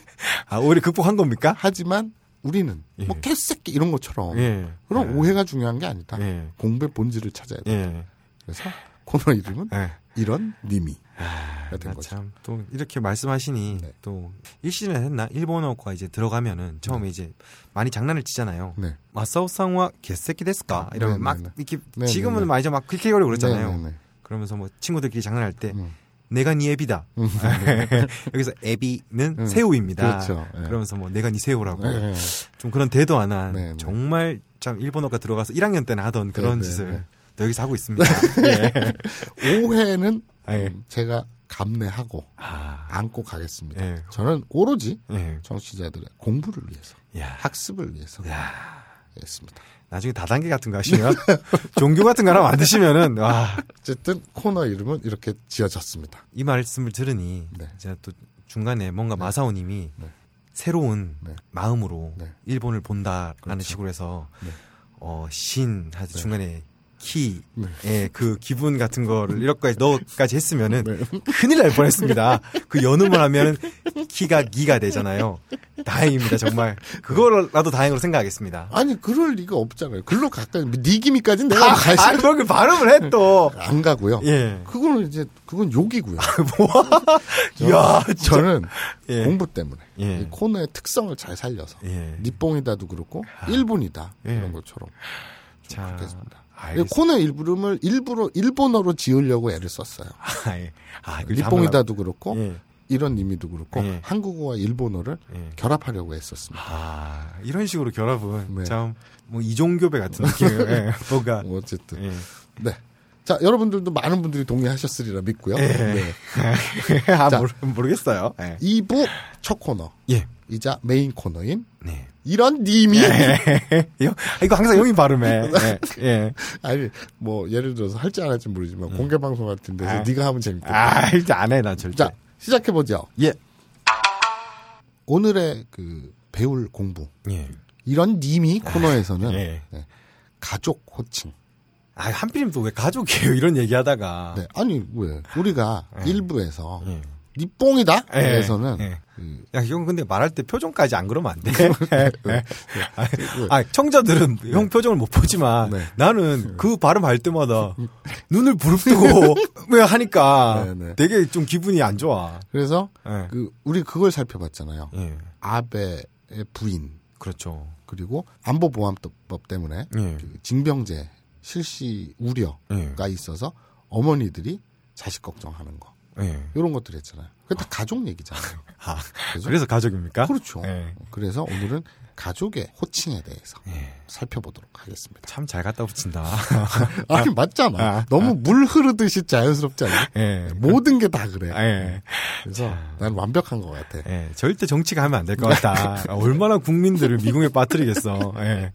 Speaker 2: 아, 오해를 극복한 겁니까?
Speaker 4: 하지만 우리는
Speaker 2: 예.
Speaker 4: 뭐 개새끼 이런 것처럼
Speaker 2: 예.
Speaker 4: 그런
Speaker 2: 예.
Speaker 4: 오해가 중요한 게 아니다.
Speaker 2: 예.
Speaker 4: 공부의 본질을 찾아야 돼.
Speaker 2: 예.
Speaker 4: 그래서 코너 이름은
Speaker 2: 예.
Speaker 4: 이런 님이.
Speaker 2: 아,
Speaker 4: 아, 된 거죠.
Speaker 2: 참 또 이렇게 말씀하시니
Speaker 4: 네.
Speaker 2: 또 일시는 했나 일본어과 이제 들어가면은 처음에 이제 많이 장난을 치잖아요.
Speaker 4: 네.
Speaker 2: 마사오상와 개새끼 데스까 이러면
Speaker 4: 네,
Speaker 2: 막
Speaker 4: 네, 네.
Speaker 2: 이렇게
Speaker 4: 네, 네, 네.
Speaker 2: 지금은 많이 막 클릭거리고 그러잖아요.
Speaker 4: 네, 네,
Speaker 2: 그러면서 뭐 친구들끼리 장난할 때
Speaker 4: 음.
Speaker 2: 내가 네 애비다. 네.
Speaker 4: 음.
Speaker 2: 여기서 애비는
Speaker 4: 음,
Speaker 2: 새우입니다.
Speaker 4: 그렇죠. 예.
Speaker 2: 러면서 뭐 내가 네 새우라고
Speaker 4: 네, 네, 네.
Speaker 2: 좀 그런 대도 안 한
Speaker 4: 네, 네.
Speaker 2: 정말 참 일본어과 들어가서 1학년 때는 하던 그런
Speaker 4: 네, 네,
Speaker 2: 짓을
Speaker 4: 네.
Speaker 2: 또 여기서 하고 있습니다. 예.
Speaker 4: 오해는
Speaker 2: 아, 예.
Speaker 4: 음, 제가 감내하고
Speaker 2: 아,
Speaker 4: 안고 가겠습니다.
Speaker 2: 예.
Speaker 4: 저는 오로지
Speaker 2: 예.
Speaker 4: 정치자들의 공부를 위해서,
Speaker 2: 야.
Speaker 4: 학습을 위해서
Speaker 2: 야.
Speaker 4: 했습니다.
Speaker 2: 나중에 다단계 같은 거 하시면 종교 같은 거 하나 만드시면은 와,
Speaker 4: 어쨌든 코너 이름은 이렇게 지어졌습니다.
Speaker 2: 이 말씀을 들으니
Speaker 4: 네.
Speaker 2: 제가 또 중간에 뭔가 마사오 님이
Speaker 4: 네.
Speaker 2: 새로운
Speaker 4: 네.
Speaker 2: 마음으로
Speaker 4: 네.
Speaker 2: 일본을 본다라는
Speaker 4: 그렇죠.
Speaker 2: 식으로 해서
Speaker 4: 네.
Speaker 2: 어, 신 하여튼 중간에 키의
Speaker 4: 네.
Speaker 2: 그 기분 같은 거를 이렇게 넣어까지 했으면은
Speaker 4: 네.
Speaker 2: 큰일 날 뻔했습니다. 그 연음을 하면은 키가 기가 되잖아요. 다행입니다 정말. 그거라도 다행으로 생각하겠습니다.
Speaker 4: 아니 그럴 리가 없잖아요. 글로 가까이 니기미까지는 내가 갈
Speaker 2: 아,
Speaker 4: 수-
Speaker 2: 그렇게 발음을 해 또.
Speaker 4: 안 가고요.
Speaker 2: 예. 아,
Speaker 4: 그거는 이제 그건 욕이고요. 저-
Speaker 2: 야,
Speaker 4: 저는
Speaker 2: 예.
Speaker 4: 공부 때문에
Speaker 2: 예.
Speaker 4: 이 코너의 특성을 잘 살려서
Speaker 2: 예.
Speaker 4: 니뽕이다도 그렇고 일본이다
Speaker 2: 예.
Speaker 4: 이런 것처럼 좀
Speaker 2: 자,
Speaker 4: 그렇겠습니다. 이
Speaker 2: 알겠습니다.
Speaker 4: 코너 일부름을 일부러 일본어로 지으려고 애를 썼어요.
Speaker 2: 아, 예. 아, 이걸
Speaker 4: 니뽕이다도 그렇고
Speaker 2: 예.
Speaker 4: 이런 의미도 그렇고
Speaker 2: 예.
Speaker 4: 한국어와 일본어를
Speaker 2: 예.
Speaker 4: 결합하려고 했었습니다.
Speaker 2: 아, 이런 식으로 결합은
Speaker 4: 네.
Speaker 2: 참 뭐 이종교배 같은 느낌이에요. 예, 뭔가
Speaker 4: 어쨌든
Speaker 2: 예.
Speaker 4: 네. 자 여러분들도 많은 분들이 동의하셨으리라 믿고요.
Speaker 2: 예.
Speaker 4: 네.
Speaker 2: 아,
Speaker 4: 자.
Speaker 2: 모르, 모르겠어요. 예.
Speaker 4: 2부 첫 코너
Speaker 2: 예.
Speaker 4: 이자 메인 코너인
Speaker 2: 네.
Speaker 4: 이런 님이
Speaker 2: 이거 예. 아, 이거 항상 형이 발음해. 예. 예.
Speaker 4: 아니 뭐 예를 들어서 할지 안 할지 모르지만 공개 방송 같은 데서
Speaker 2: 네. 아.
Speaker 4: 네가 하면 재밌겠다.
Speaker 2: 아, 이제 안 해, 나 절대.
Speaker 4: 자 시작해 보죠.
Speaker 2: 예.
Speaker 4: 오늘의 그 배울 공부
Speaker 2: 예.
Speaker 4: 이런 님이 코너에서는
Speaker 2: 예.
Speaker 4: 네, 가족 호칭.
Speaker 2: 아, 한필이면 또 왜 가족이에요? 이런 얘기하다가.
Speaker 4: 네, 아니 왜 우리가 일부에서
Speaker 2: 예.
Speaker 4: 니뽕이다
Speaker 2: 예.
Speaker 4: 에서는
Speaker 2: 예.
Speaker 4: 그
Speaker 2: 야, 형 근데 말할 때 표정까지 안 그러면 안 돼. 네. 아, 아, 청자들은 형 표정을 못 보지만
Speaker 4: 네.
Speaker 2: 나는 그 발음할 때마다 눈을 부릅뜨고 왜 하니까
Speaker 4: 네, 네.
Speaker 2: 되게 좀 기분이 안 좋아.
Speaker 4: 그래서
Speaker 2: 예.
Speaker 4: 그 우리 그걸 살펴봤잖아요.
Speaker 2: 예.
Speaker 4: 아베의 부인
Speaker 2: 그렇죠.
Speaker 4: 그리고 안보 보안법 때문에
Speaker 2: 예.
Speaker 4: 그 징병제 실시 우려가
Speaker 2: 예.
Speaker 4: 있어서 어머니들이 자식 걱정하는 거
Speaker 2: 예.
Speaker 4: 이런 것들 했잖아요. 그게 다 가족 얘기잖아요.
Speaker 2: 아,
Speaker 4: 그죠?
Speaker 2: 그래서 가족입니까?
Speaker 4: 그렇죠.
Speaker 2: 예.
Speaker 4: 그래서 오늘은 가족의 호칭에 대해서
Speaker 2: 예.
Speaker 4: 살펴보도록 하겠습니다.
Speaker 2: 참 잘 갖다 붙인다.
Speaker 4: 아니 맞잖아. 네.
Speaker 2: 아,
Speaker 4: 너무 물 흐르듯이 자연스럽지 않아?
Speaker 2: 예.
Speaker 4: 모든 게 다 그래.
Speaker 2: 예.
Speaker 4: 그래서 난 완벽한 것 같아.
Speaker 2: 예. 절대 정치가 하면 안 될 것 같다. 아, 얼마나 국민들을 미궁에 빠뜨리겠어. 예.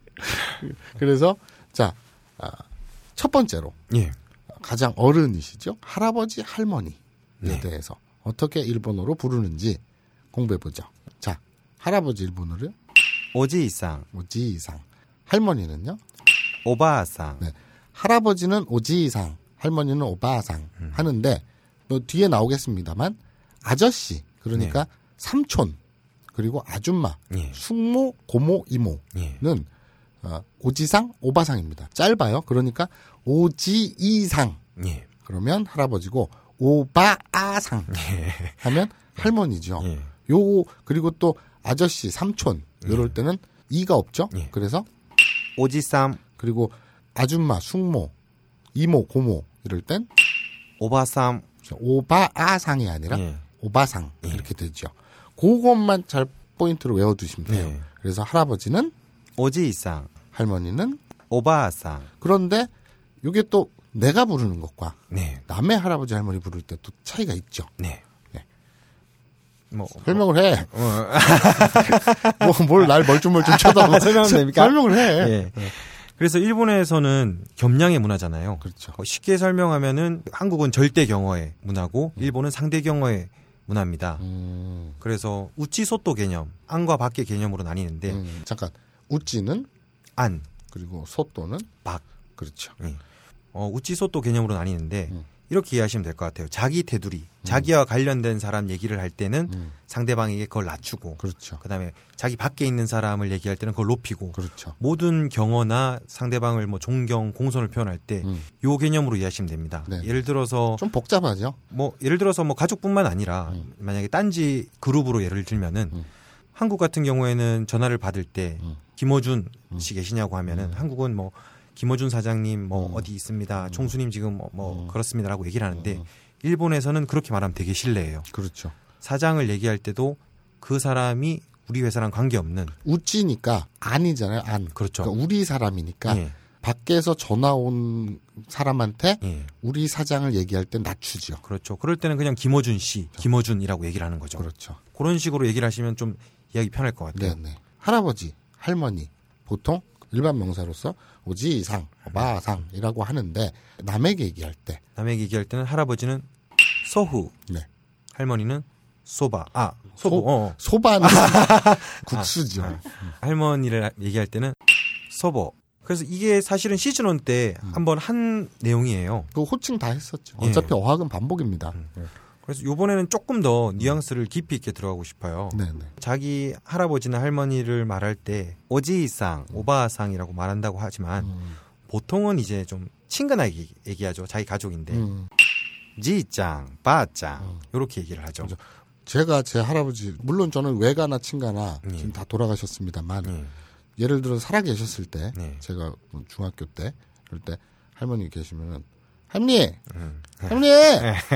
Speaker 4: 그래서 자, 아, 첫 번째로
Speaker 2: 예.
Speaker 4: 가장 어른이시죠? 할아버지, 할머니에
Speaker 2: 네.
Speaker 4: 대해서 어떻게 일본어로 부르는지 공부해보죠. 자, 할아버지 일본어를
Speaker 2: 오지이상,
Speaker 4: 오지이상. 할머니는요?
Speaker 2: 오바아상.
Speaker 4: 네. 할아버지는 오지이상, 할머니는 오바상
Speaker 2: 음.
Speaker 4: 하는데 또 뒤에 나오겠습니다만 아저씨 그러니까 삼촌 그리고 아줌마,
Speaker 2: 네. 예.
Speaker 4: 숙모, 고모, 이모는
Speaker 2: 예.
Speaker 4: 어, 오지상, 오바상입니다. 짧아요. 그러니까 오지이상
Speaker 2: 예.
Speaker 4: 그러면 할아버지고 오바아상 하면 할머니죠.
Speaker 2: 네. 예.
Speaker 4: 요 그리고 또 아저씨, 삼촌 요럴 때는 이가 없죠.
Speaker 2: 예.
Speaker 4: 그래서
Speaker 2: 오지삼,
Speaker 4: 그리고 아줌마, 숙모, 이모, 고모 이럴 땐
Speaker 2: 오바삼.
Speaker 4: 오바아상이 아니라
Speaker 2: 예.
Speaker 4: 오바상 이렇게 되죠. 그것만 잘 포인트로 외워두시면 돼요.
Speaker 2: 예.
Speaker 4: 그래서 할아버지는
Speaker 2: 오지이상,
Speaker 4: 할머니는
Speaker 2: 오바아상.
Speaker 4: 그런데 이게 또 내가 부르는 것과
Speaker 2: 네.
Speaker 4: 남의 할아버지 할머니 부를 때 또 차이가 있죠.
Speaker 2: 네.
Speaker 4: 네.
Speaker 2: 뭐
Speaker 4: 설명을 해. 뭐, 뭘 날 멀뚱멀뚱 쳐다봐.
Speaker 2: 어. 아, 설명하면 됩니까?
Speaker 4: 설명을 해.
Speaker 2: 예. 그래서 일본에서는 겸양의 문화잖아요.
Speaker 4: 네. 그렇죠.
Speaker 2: 어, 쉽게 설명하면은 한국은 절대 경어의 문화고 일본은 상대 경어의 문화입니다.
Speaker 4: 음,
Speaker 2: 그래서 우치소토 개념, 안과 밖의 개념으로 나뉘는데
Speaker 4: 음, 잠깐. 우찌는
Speaker 2: 안,
Speaker 4: 그리고 소또는
Speaker 2: 밖.
Speaker 4: 그렇죠.
Speaker 2: 예. 어, 우치소토 개념으로 나뉘는데
Speaker 4: 음.
Speaker 2: 이렇게 이해하시면 될 것 같아요. 자기 테두리, 자기와 관련된 사람 얘기를 할 때는
Speaker 4: 음,
Speaker 2: 상대방에게 그걸 낮추고
Speaker 4: 그렇죠.
Speaker 2: 그다음에 자기 밖에 있는 사람을 얘기할 때는 그걸 높이고
Speaker 4: 그렇죠.
Speaker 2: 모든 경어나 상대방을 뭐 존경, 공손을 표현할 때 요
Speaker 4: 음.
Speaker 2: 개념으로 이해하시면 됩니다.
Speaker 4: 네.
Speaker 2: 예를 들어서
Speaker 4: 좀 복잡하죠.
Speaker 2: 뭐 예를 들어서 뭐 가족뿐만 아니라 만약에 딴지 그룹으로 예를 들면은
Speaker 4: 음.
Speaker 2: 한국 같은 경우에는 전화를 받을 때
Speaker 4: 음.
Speaker 2: 김어준 씨 계시냐고 하면은 한국은 뭐 김어준 사장님 뭐
Speaker 4: 음.
Speaker 2: 어디 있습니다. 총수님 지금 뭐, 뭐 그렇습니다라고 얘기를 하는데
Speaker 4: 음.
Speaker 2: 일본에서는 그렇게 말하면 되게 실례예요.
Speaker 4: 그렇죠.
Speaker 2: 사장을 얘기할 때도 그 사람이 우리 회사랑 관계없는
Speaker 4: 우찌니까 안이잖아요. 안.
Speaker 2: 그렇죠.
Speaker 4: 그러니까 우리 사람이니까
Speaker 2: 예.
Speaker 4: 밖에서 전화 온 사람한테
Speaker 2: 예.
Speaker 4: 우리 사장을 얘기할 땐 낮추죠.
Speaker 2: 그렇죠. 그럴 때는 그냥 김어준 씨, 김어준이라고 얘기를 하는 거죠.
Speaker 4: 그렇죠.
Speaker 2: 그런 식으로 얘기를 하시면 좀 이야기 편할 것 같아요.
Speaker 4: 네, 네. 할아버지, 할머니 보통 일반 명사로서 오지상, 마상이라고 하는데 남에게 얘기할 때
Speaker 2: 남에게 얘기할 때는 할아버지는 소후,
Speaker 4: 네.
Speaker 2: 할머니는 소바, 아 소부,
Speaker 4: 소- 음.
Speaker 2: 어, 어.
Speaker 4: 소바는 국수죠.
Speaker 2: 할머니를 얘기할 때는 소보, 그래서 이게 사실은 시즌 1 때
Speaker 4: 음.
Speaker 2: 한번 한 내용이에요.
Speaker 4: 그 호칭 다 했었죠.
Speaker 2: 예.
Speaker 4: 어차피 어학은 반복입니다.
Speaker 2: 그래서 요번에는 조금 더 뉘앙스를 깊이 있게 들어가고 싶어요.
Speaker 4: 네네.
Speaker 2: 자기 할아버지나 할머니를 말할 때 오지상, 오바상이라고 말한다고 하지만
Speaker 4: 음.
Speaker 2: 보통은 이제 좀 친근하게 얘기- 얘기하죠. 자기 가족인데
Speaker 4: 음.
Speaker 2: 지짱, 빠짱
Speaker 4: 음.
Speaker 2: 이렇게 얘기를 하죠.
Speaker 4: 그죠. 제가 제 할아버지 물론 저는 외가나 친가나
Speaker 2: 예.
Speaker 4: 지금 다 돌아가셨습니다만
Speaker 2: 네.
Speaker 4: 예를 들어 살아 계셨을 때
Speaker 2: 네.
Speaker 4: 제가 뭐 중학교 때 그럴 때 할머니 계시면은 할머니
Speaker 2: 음.
Speaker 4: 할머니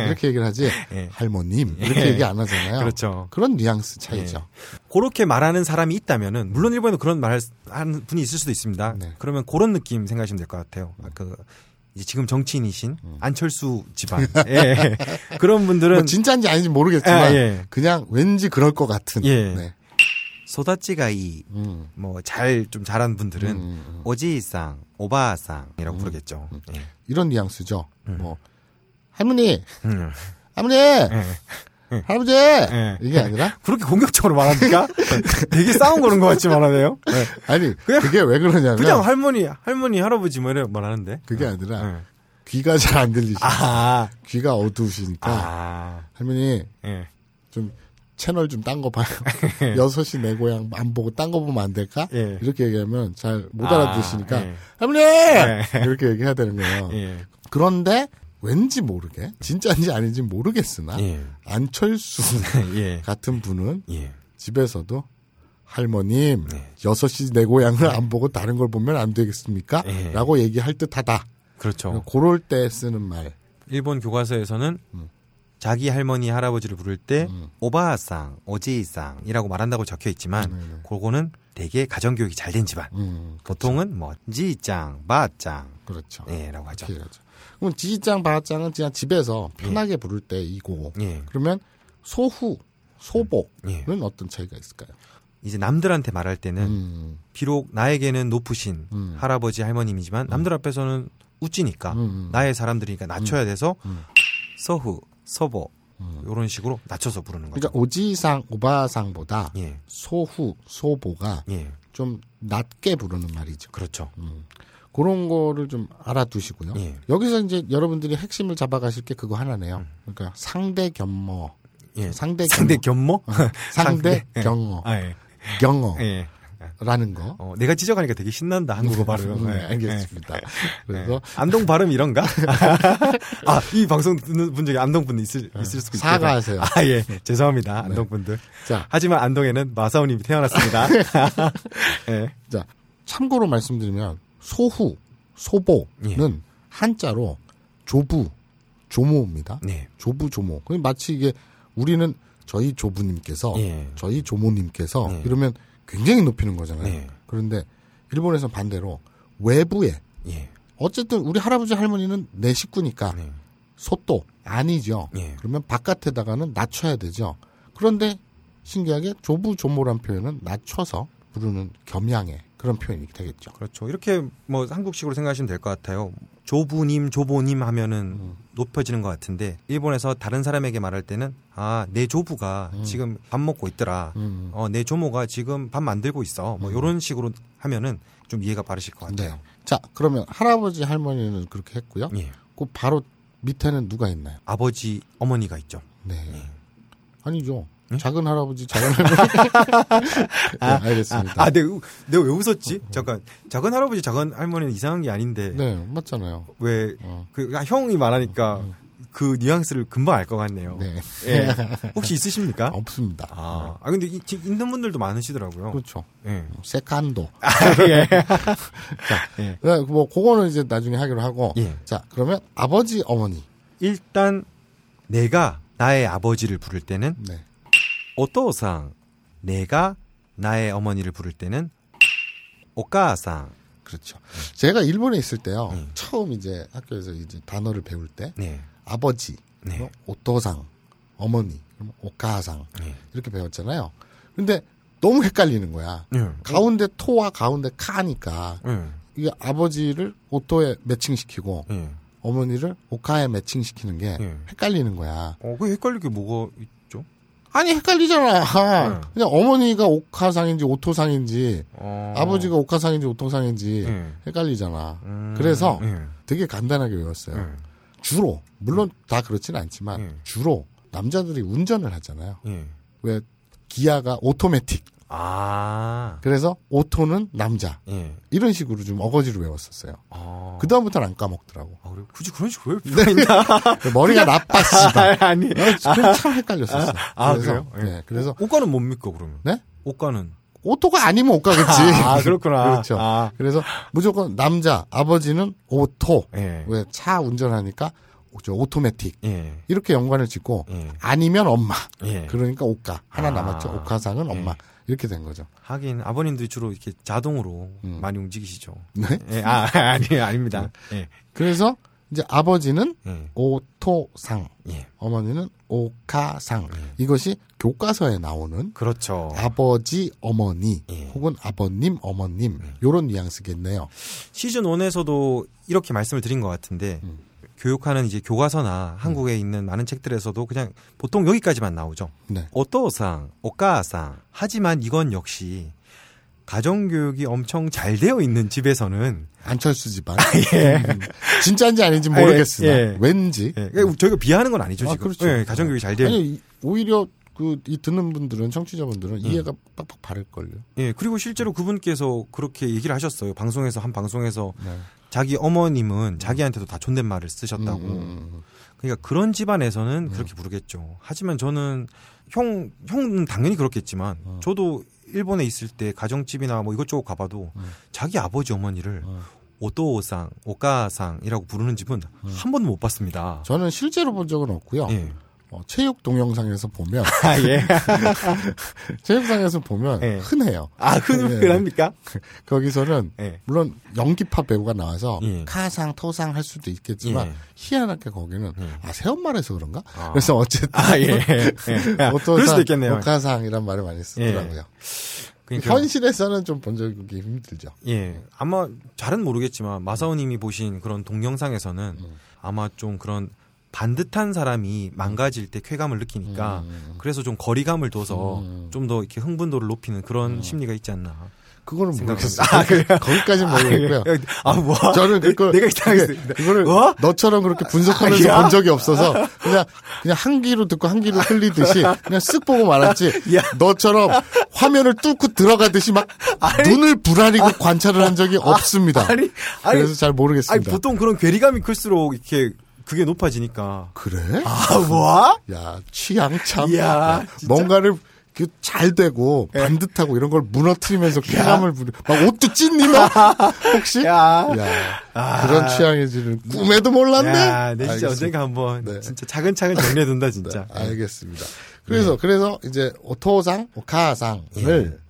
Speaker 4: 이렇게 얘기를 하지
Speaker 2: 예.
Speaker 4: 할머님 이렇게 얘기 안 하잖아요.
Speaker 2: 그렇죠. 네.
Speaker 4: 런 뉘앙스 차이죠.
Speaker 2: 그렇게 말하는 사람이 있다면은 물론 일본에도 그런 말 하는 분이 있을 수도 있습니다.
Speaker 4: 네. 음.
Speaker 2: 그러면 그런 느낌 생각하시면 될 것 같아요. 아, 그 이제 지금 정치인이신 안철수 집안 예. 그런 분들은
Speaker 4: 뭐 진짜인지 아닌지 모르겠지만
Speaker 2: 예, 예.
Speaker 4: 그냥 왠지 그럴 것 같은.
Speaker 2: 예.
Speaker 4: 네.
Speaker 2: 소다찌가 이
Speaker 4: 음.
Speaker 2: 뭐 잘 좀 잘한 분들은
Speaker 4: 음, 음.
Speaker 2: 오지상, 오바상이라고 부르겠죠. 예.
Speaker 4: 이런 뉘앙스죠.
Speaker 2: 네.
Speaker 4: 뭐 할머니,
Speaker 2: 음.
Speaker 4: 할머니,
Speaker 2: 네.
Speaker 4: 할아버지
Speaker 2: 예.
Speaker 4: 이게 아니라
Speaker 2: 그렇게 공격적으로 말합니까? 되게 싸움 거는 것 같지만 하네요. 예.
Speaker 4: 아니
Speaker 2: 그냥-
Speaker 4: 그게 왜 그러냐면
Speaker 2: 그냥 할머니, 할머니, 할아버지 뭐 이래 말하는데.
Speaker 4: 그게 아니라
Speaker 2: 예.
Speaker 4: 귀가 잘 안 들리죠.
Speaker 2: 아,
Speaker 4: 귀가 어두우시니까
Speaker 2: 아,
Speaker 4: 할머니
Speaker 2: 예.
Speaker 4: 좀 채널 좀 딴 거 봐요. 여섯 시 내 고향 안 보고 딴 거 보면 안 될까?
Speaker 2: 예.
Speaker 4: 이렇게 얘기하면 잘 못
Speaker 2: 아,
Speaker 4: 알아들으시니까
Speaker 2: 예.
Speaker 4: 할머니
Speaker 2: 예.
Speaker 4: 이렇게 얘기해야 되는 거예요.
Speaker 2: 예.
Speaker 4: 그런데 왠지 모르게 진짜인지 아닌지 모르겠으나
Speaker 2: 예.
Speaker 4: 안철수
Speaker 2: 예.
Speaker 4: 같은 분은
Speaker 2: 예.
Speaker 4: 집에서도 할머님
Speaker 2: 네.
Speaker 4: 여섯 시 내 고향을 안 보고 다른 걸 보면 안 되겠습니까?
Speaker 2: 예.
Speaker 4: 라고 얘기할 듯하다.
Speaker 2: 그렇죠.
Speaker 4: 그럴 때 쓰는 말.
Speaker 2: 일본 교과서에서는
Speaker 4: 음.
Speaker 2: 자기 할머니 할아버지를 부를 때 오바상, 오지상이라고 말한다고 적혀 있지만
Speaker 4: 네네.
Speaker 2: 그거는 되게 가정 교육이 잘 된 집안.
Speaker 4: 음,
Speaker 2: 보통은 뭐 지짱, 바짱
Speaker 4: 그렇죠.
Speaker 2: 예라고 하죠.
Speaker 4: 이렇게 해야죠. 그럼 지지짱 바짱은 그냥 집에서 편하게 부를 때 이고
Speaker 2: 예.
Speaker 4: 그러면 소후 소복은
Speaker 2: 예.
Speaker 4: 어떤 차이가 있을까요?
Speaker 2: 이제 남들한테 말할 때는
Speaker 4: 음,
Speaker 2: 비록 나에게는 높으신
Speaker 4: 음.
Speaker 2: 할아버지 할머님이지만 남들 앞에서는 우찌니까
Speaker 4: 음.
Speaker 2: 나의 사람들이니까 낮춰야 돼서
Speaker 4: 음.
Speaker 2: 서후, 서보
Speaker 4: 음.
Speaker 2: 이런 식으로 낮춰서 부르는 거죠.
Speaker 4: 그러니까 오지상 오바상보다
Speaker 2: 예,
Speaker 4: 소후 소보가
Speaker 2: 예,
Speaker 4: 좀 낮게 부르는 말이죠.
Speaker 2: 그렇죠.
Speaker 4: 음. 그런 거를 좀 알아두시고요.
Speaker 2: 예.
Speaker 4: 여기서 이제 여러분들이 핵심을 잡아가실 게 그거 하나네요. 그러니까 상대 겸모,
Speaker 2: 음. 예,
Speaker 4: 어. 상대
Speaker 2: 상대 겸모,
Speaker 4: 상대
Speaker 2: 예.
Speaker 4: 경어,
Speaker 2: 아, 예.
Speaker 4: 경어라는
Speaker 2: 예.
Speaker 4: 거.
Speaker 2: 어, 내가 지적하니까 되게 신난다 한국어 발음.
Speaker 4: 네,
Speaker 2: 예.
Speaker 4: 알겠습니다.
Speaker 2: 예.
Speaker 4: 그래서
Speaker 2: 안동 발음 이런가? 아, 이 방송 듣는 분 중에 안동 분 있을 있을 수도 있겠다.
Speaker 4: 예. 사과하세요. 네.
Speaker 2: 아, 예. 죄송합니다. 안동 분들.
Speaker 4: 자,
Speaker 2: 하지만 안동에는 마사오님이 태어났습니다. 예.
Speaker 4: 자, 참고로 말씀드리면 소후, 소보는 한자로 조부, 조모입니다.
Speaker 2: 네.
Speaker 4: 조부, 조모. 그 마치 이게 우리는 저희 조부님께서,
Speaker 2: 예.
Speaker 4: 저희 조모님께서
Speaker 2: 네.
Speaker 4: 이러면 굉장히 높이는 거잖아요.
Speaker 2: 네.
Speaker 4: 그런데 일본에서 반대로 외부에
Speaker 2: 예.
Speaker 4: 어쨌든 우리 할아버지 할머니는 내 식구니까
Speaker 2: 네.
Speaker 4: 소또 아니죠.
Speaker 2: 예.
Speaker 4: 그러면 바깥에다가는 낮춰야 되죠. 그런데 신기하게 조부 조모란 표현은 낮춰서 부르는 겸양의 그런 표현이 되겠죠.
Speaker 2: 그렇죠. 이렇게 뭐 한국식으로 생각하시면 될 것 같아요. 조부님, 조보님 하면은
Speaker 4: 음.
Speaker 2: 높여지는 것 같은데 일본에서 다른 사람에게 말할 때는 아, 내 조부가 지금 밥 먹고 있더라.
Speaker 4: 음.
Speaker 2: 어, 내 조모가 지금 밥 만들고 있어. 뭐 이런 식으로 하면은 좀 이해가 빠르실 것
Speaker 4: 네.
Speaker 2: 같아요.
Speaker 4: 자, 그러면 할아버지 할머니는 그렇게 했고요.
Speaker 2: 예.
Speaker 4: 그 바로 밑에는 누가 있나요?
Speaker 2: 아버지, 어머니가 있죠.
Speaker 4: 네.
Speaker 2: 음.
Speaker 4: 아니죠. 작은 할아버지, 작은 할머니. 네, 알겠습니다.
Speaker 2: 아, 내가, 내가 왜 웃었지? 잠깐. 작은 할아버지, 작은 할머니는 이상한 게 아닌데
Speaker 4: 네, 맞잖아요.
Speaker 2: 왜
Speaker 4: 어.
Speaker 2: 그 아, 형이 말하니까 그 뉘앙스를 금방 알 것 같네요.
Speaker 4: 네.
Speaker 2: 예. 혹시 있으십니까?
Speaker 4: 없습니다.
Speaker 2: 아, 아 근데 이, 지- 있는 분들도 많으시더라고요.
Speaker 4: 그렇죠.
Speaker 2: 예.
Speaker 4: 세칸도.
Speaker 2: 예. 예.
Speaker 4: 네, 뭐 그거는 이제 나중에 하기로 하고.
Speaker 2: 예.
Speaker 4: 자, 그러면 아버지, 어머니.
Speaker 2: 일단 내가 나의 아버지를 부를 때는
Speaker 4: 네.
Speaker 2: 오토상, 내가 나의 어머니를 부를 때는 오카상.
Speaker 4: 그렇죠.
Speaker 2: 예.
Speaker 4: 제가 일본에 있을 때요.
Speaker 2: 음.
Speaker 4: 처음 이제 학교에서 이제 단어를 배울 때
Speaker 2: 네.
Speaker 4: 아버지,
Speaker 2: 네.
Speaker 4: 그럼 오토상, 어머니, 그럼 오카상
Speaker 2: 네.
Speaker 4: 이렇게 배웠잖아요. 근데 너무 헷갈리는 거야.
Speaker 2: 예.
Speaker 4: 가운데 토와 가운데 카니까
Speaker 2: 예.
Speaker 4: 이게 아버지를 오토에 매칭시키고
Speaker 2: 예.
Speaker 4: 어머니를 오카에 매칭시키는 게
Speaker 2: 음.
Speaker 4: 헷갈리는 거야.
Speaker 2: 어, 그 헷갈릴 게 뭐가 있죠?
Speaker 4: 아니 헷갈리잖아. 그냥 어머니가 옥화상인지 오토상인지
Speaker 2: 어.
Speaker 4: 아버지가 옥화상인지 오토상인지
Speaker 2: 예.
Speaker 4: 헷갈리잖아.
Speaker 2: 음,
Speaker 4: 그래서
Speaker 2: 예.
Speaker 4: 되게 간단하게 외웠어요.
Speaker 2: 음.
Speaker 4: 주로 물론 다 그렇진 않지만
Speaker 2: 음.
Speaker 4: 주로 남자들이 운전을 하잖아요.
Speaker 2: 예.
Speaker 4: 왜 기아가 오토매틱.
Speaker 2: 아.
Speaker 4: 그래서 오토는 남자.
Speaker 2: 예.
Speaker 4: 이런 식으로 좀 어거지로 외웠었어요.
Speaker 2: 아.
Speaker 4: 그 다음부터는 안 까먹더라고.
Speaker 2: 아, 그래? 굳이 그런 식으로 왜 있나?
Speaker 4: 머리가 나빠 씨발.
Speaker 2: 아, 아니.
Speaker 4: 그럼 참 헷갈렸었어.
Speaker 2: 아,
Speaker 4: 그래서
Speaker 2: 그래요? 예.
Speaker 4: 네, 그래서
Speaker 2: 옷가는 뭡니까 그러면?
Speaker 4: 네?
Speaker 2: 옷가는.
Speaker 4: 오토가 아니면 오까겠지.
Speaker 2: 아, 그렇구나.
Speaker 4: 그렇죠.
Speaker 2: 아.
Speaker 4: 그래서 무조건 남자 아버지는 오토.
Speaker 2: 예.
Speaker 4: 왜 차 운전하니까 저 오토매틱
Speaker 2: 예.
Speaker 4: 이렇게 연관을 짓고
Speaker 2: 예.
Speaker 4: 아니면 엄마.
Speaker 2: 예.
Speaker 4: 그러니까 오까 하나
Speaker 2: 아.
Speaker 4: 남았죠. 오카상은 엄마
Speaker 2: 예.
Speaker 4: 이렇게 된 거죠.
Speaker 2: 하긴 아버님들이 주로 이렇게 자동으로
Speaker 4: 음.
Speaker 2: 많이 움직이시죠.
Speaker 4: 네.
Speaker 2: 예. 아, 아니 아닙니다. 예.
Speaker 4: 그래서 이제 아버지는
Speaker 2: 예.
Speaker 4: 오토상,
Speaker 2: 예.
Speaker 4: 어머니는 오카상. 이것이 교과서에 나오는
Speaker 2: 그렇죠.
Speaker 4: 아버지 어머니
Speaker 2: 예.
Speaker 4: 혹은 아버님 어머님 요런 뉘앙스겠네요.
Speaker 2: 시즌 1에서도 이렇게 말씀을 드린 것 같은데
Speaker 4: 음.
Speaker 2: 교육하는 이제 교과서나 한국에 있는 많은 책들에서도 그냥 보통 여기까지만 나오죠.
Speaker 4: 네.
Speaker 2: 오토상, 오카상. 하지만 이건 역시 가정교육이 엄청 잘 되어 있는 집에서는
Speaker 4: 안철수 집안. 음, 진짜인지 아닌지 모르겠으나
Speaker 2: 아, 예, 예.
Speaker 4: 왠지.
Speaker 2: 예, 그러니까 저희가 비하하는 건 아니죠
Speaker 4: 아,
Speaker 2: 지금.
Speaker 4: 그렇죠.
Speaker 2: 예, 가정교육이 잘 되어.
Speaker 4: 아니 이- 오히려 그 이 듣는 분들은 청취자분들은
Speaker 2: 음.
Speaker 4: 이해가 빡빡 바를 걸요.
Speaker 2: 예, 그리고 실제로
Speaker 4: 음.
Speaker 2: 그분께서 그렇게 얘기를 하셨어요. 방송에서 한 방송에서 자기
Speaker 4: 음.
Speaker 2: 어머님은 자기한테도 다 존댓말을 쓰셨다고. 그러니까 그런
Speaker 4: 음.
Speaker 2: 집안에서는 그렇게 부르겠죠. 하지만 저는 형, 형은 당연히 그렇겠지만
Speaker 4: 어.
Speaker 2: 저도 일본에 있을 때 가정집이나 뭐 이것저것 가봐도
Speaker 4: 어.
Speaker 2: 자기 아버지 어머니를 오토상, 오까상이라고 부르는 집은
Speaker 4: 어.
Speaker 2: 한 번도 못 봤습니다.
Speaker 4: 저는 실제로 본 적은 없고요.
Speaker 2: 예.
Speaker 4: 어, 체육 동영상에서 보면
Speaker 2: 아, 예.
Speaker 4: 체육상에서 보면
Speaker 2: 예.
Speaker 4: 흔해요. 예.
Speaker 2: 아, 흔합니까?
Speaker 4: 거기서는
Speaker 2: 예.
Speaker 4: 물론 연기파 배우가 나와서
Speaker 2: 예.
Speaker 4: 카상 토상 할 수도 있겠지만
Speaker 2: 예.
Speaker 4: 희한하게 거기는 아 새엄마라서 그런가?
Speaker 2: 아.
Speaker 4: 그래서 어쨌든
Speaker 2: 아, 예. 예. 아, 그럴 수도 있겠네요.
Speaker 4: 오카상이란 말을 많이 쓰더라고요.
Speaker 2: 그러니까
Speaker 4: 현실에서는 좀 본 적이 힘들죠.
Speaker 2: 예. 아마 잘은 모르겠지만 마사오 님이 보신 그런 동영상에서는
Speaker 4: 음.
Speaker 2: 아마 좀 그런 반듯한 사람이 망가질 때 쾌감을 느끼니까
Speaker 4: 음,
Speaker 2: 그래서 좀 거리감을 둬서 좀 더 이렇게 흥분도를 높이는
Speaker 4: 음.
Speaker 2: 그런 심리가 있지 않나.
Speaker 4: 그거는
Speaker 2: 생각합니다.
Speaker 4: 모르겠어요. 거기까지는 모르겠고요.
Speaker 2: 아, 뭐?
Speaker 4: 저는
Speaker 2: 내-
Speaker 4: 그걸
Speaker 2: 내가 이상했어.
Speaker 4: 네, 그거를
Speaker 2: 어?
Speaker 4: 너처럼 그렇게 분석하면서
Speaker 2: 아, 야.
Speaker 4: 본 적이 없어서 그냥 그냥 한 귀로 듣고 한 귀로 흘리듯이 그냥 쓱 보고 말았지.
Speaker 2: 야.
Speaker 4: 너처럼 화면을 뚫고 들어가듯이 막 눈을 불아리고 관찰을 한 적이 없습니다.
Speaker 2: 아니, 아니.
Speaker 4: 그래서 잘
Speaker 2: 아니,
Speaker 4: 모르겠습니다.
Speaker 2: 보통 그런 괴리감이 클수록 이렇게 그게 높아지니까.
Speaker 4: 그래?
Speaker 2: 아, 뭐?
Speaker 4: 야 취향 참.
Speaker 2: 이야,
Speaker 4: 야,
Speaker 2: 진짜. 예.
Speaker 4: 뭔가를 그잘 되고 반듯하고 이런 걸 무너뜨리면서 쾌감을 부르. 막 옷도 찢니나 혹시?
Speaker 2: 야. 아.
Speaker 4: 야, 그런 취향인지는 꿈에도 몰랐네.
Speaker 2: 야, 내 진짜
Speaker 4: 알겠습니다.
Speaker 2: 언젠가 한번
Speaker 4: 네.
Speaker 2: 진짜 차근차근 정리해둔다, 진짜.
Speaker 4: 알겠습니다. 그래서
Speaker 2: 네.
Speaker 4: 그래서 이제 오토상, 오카상을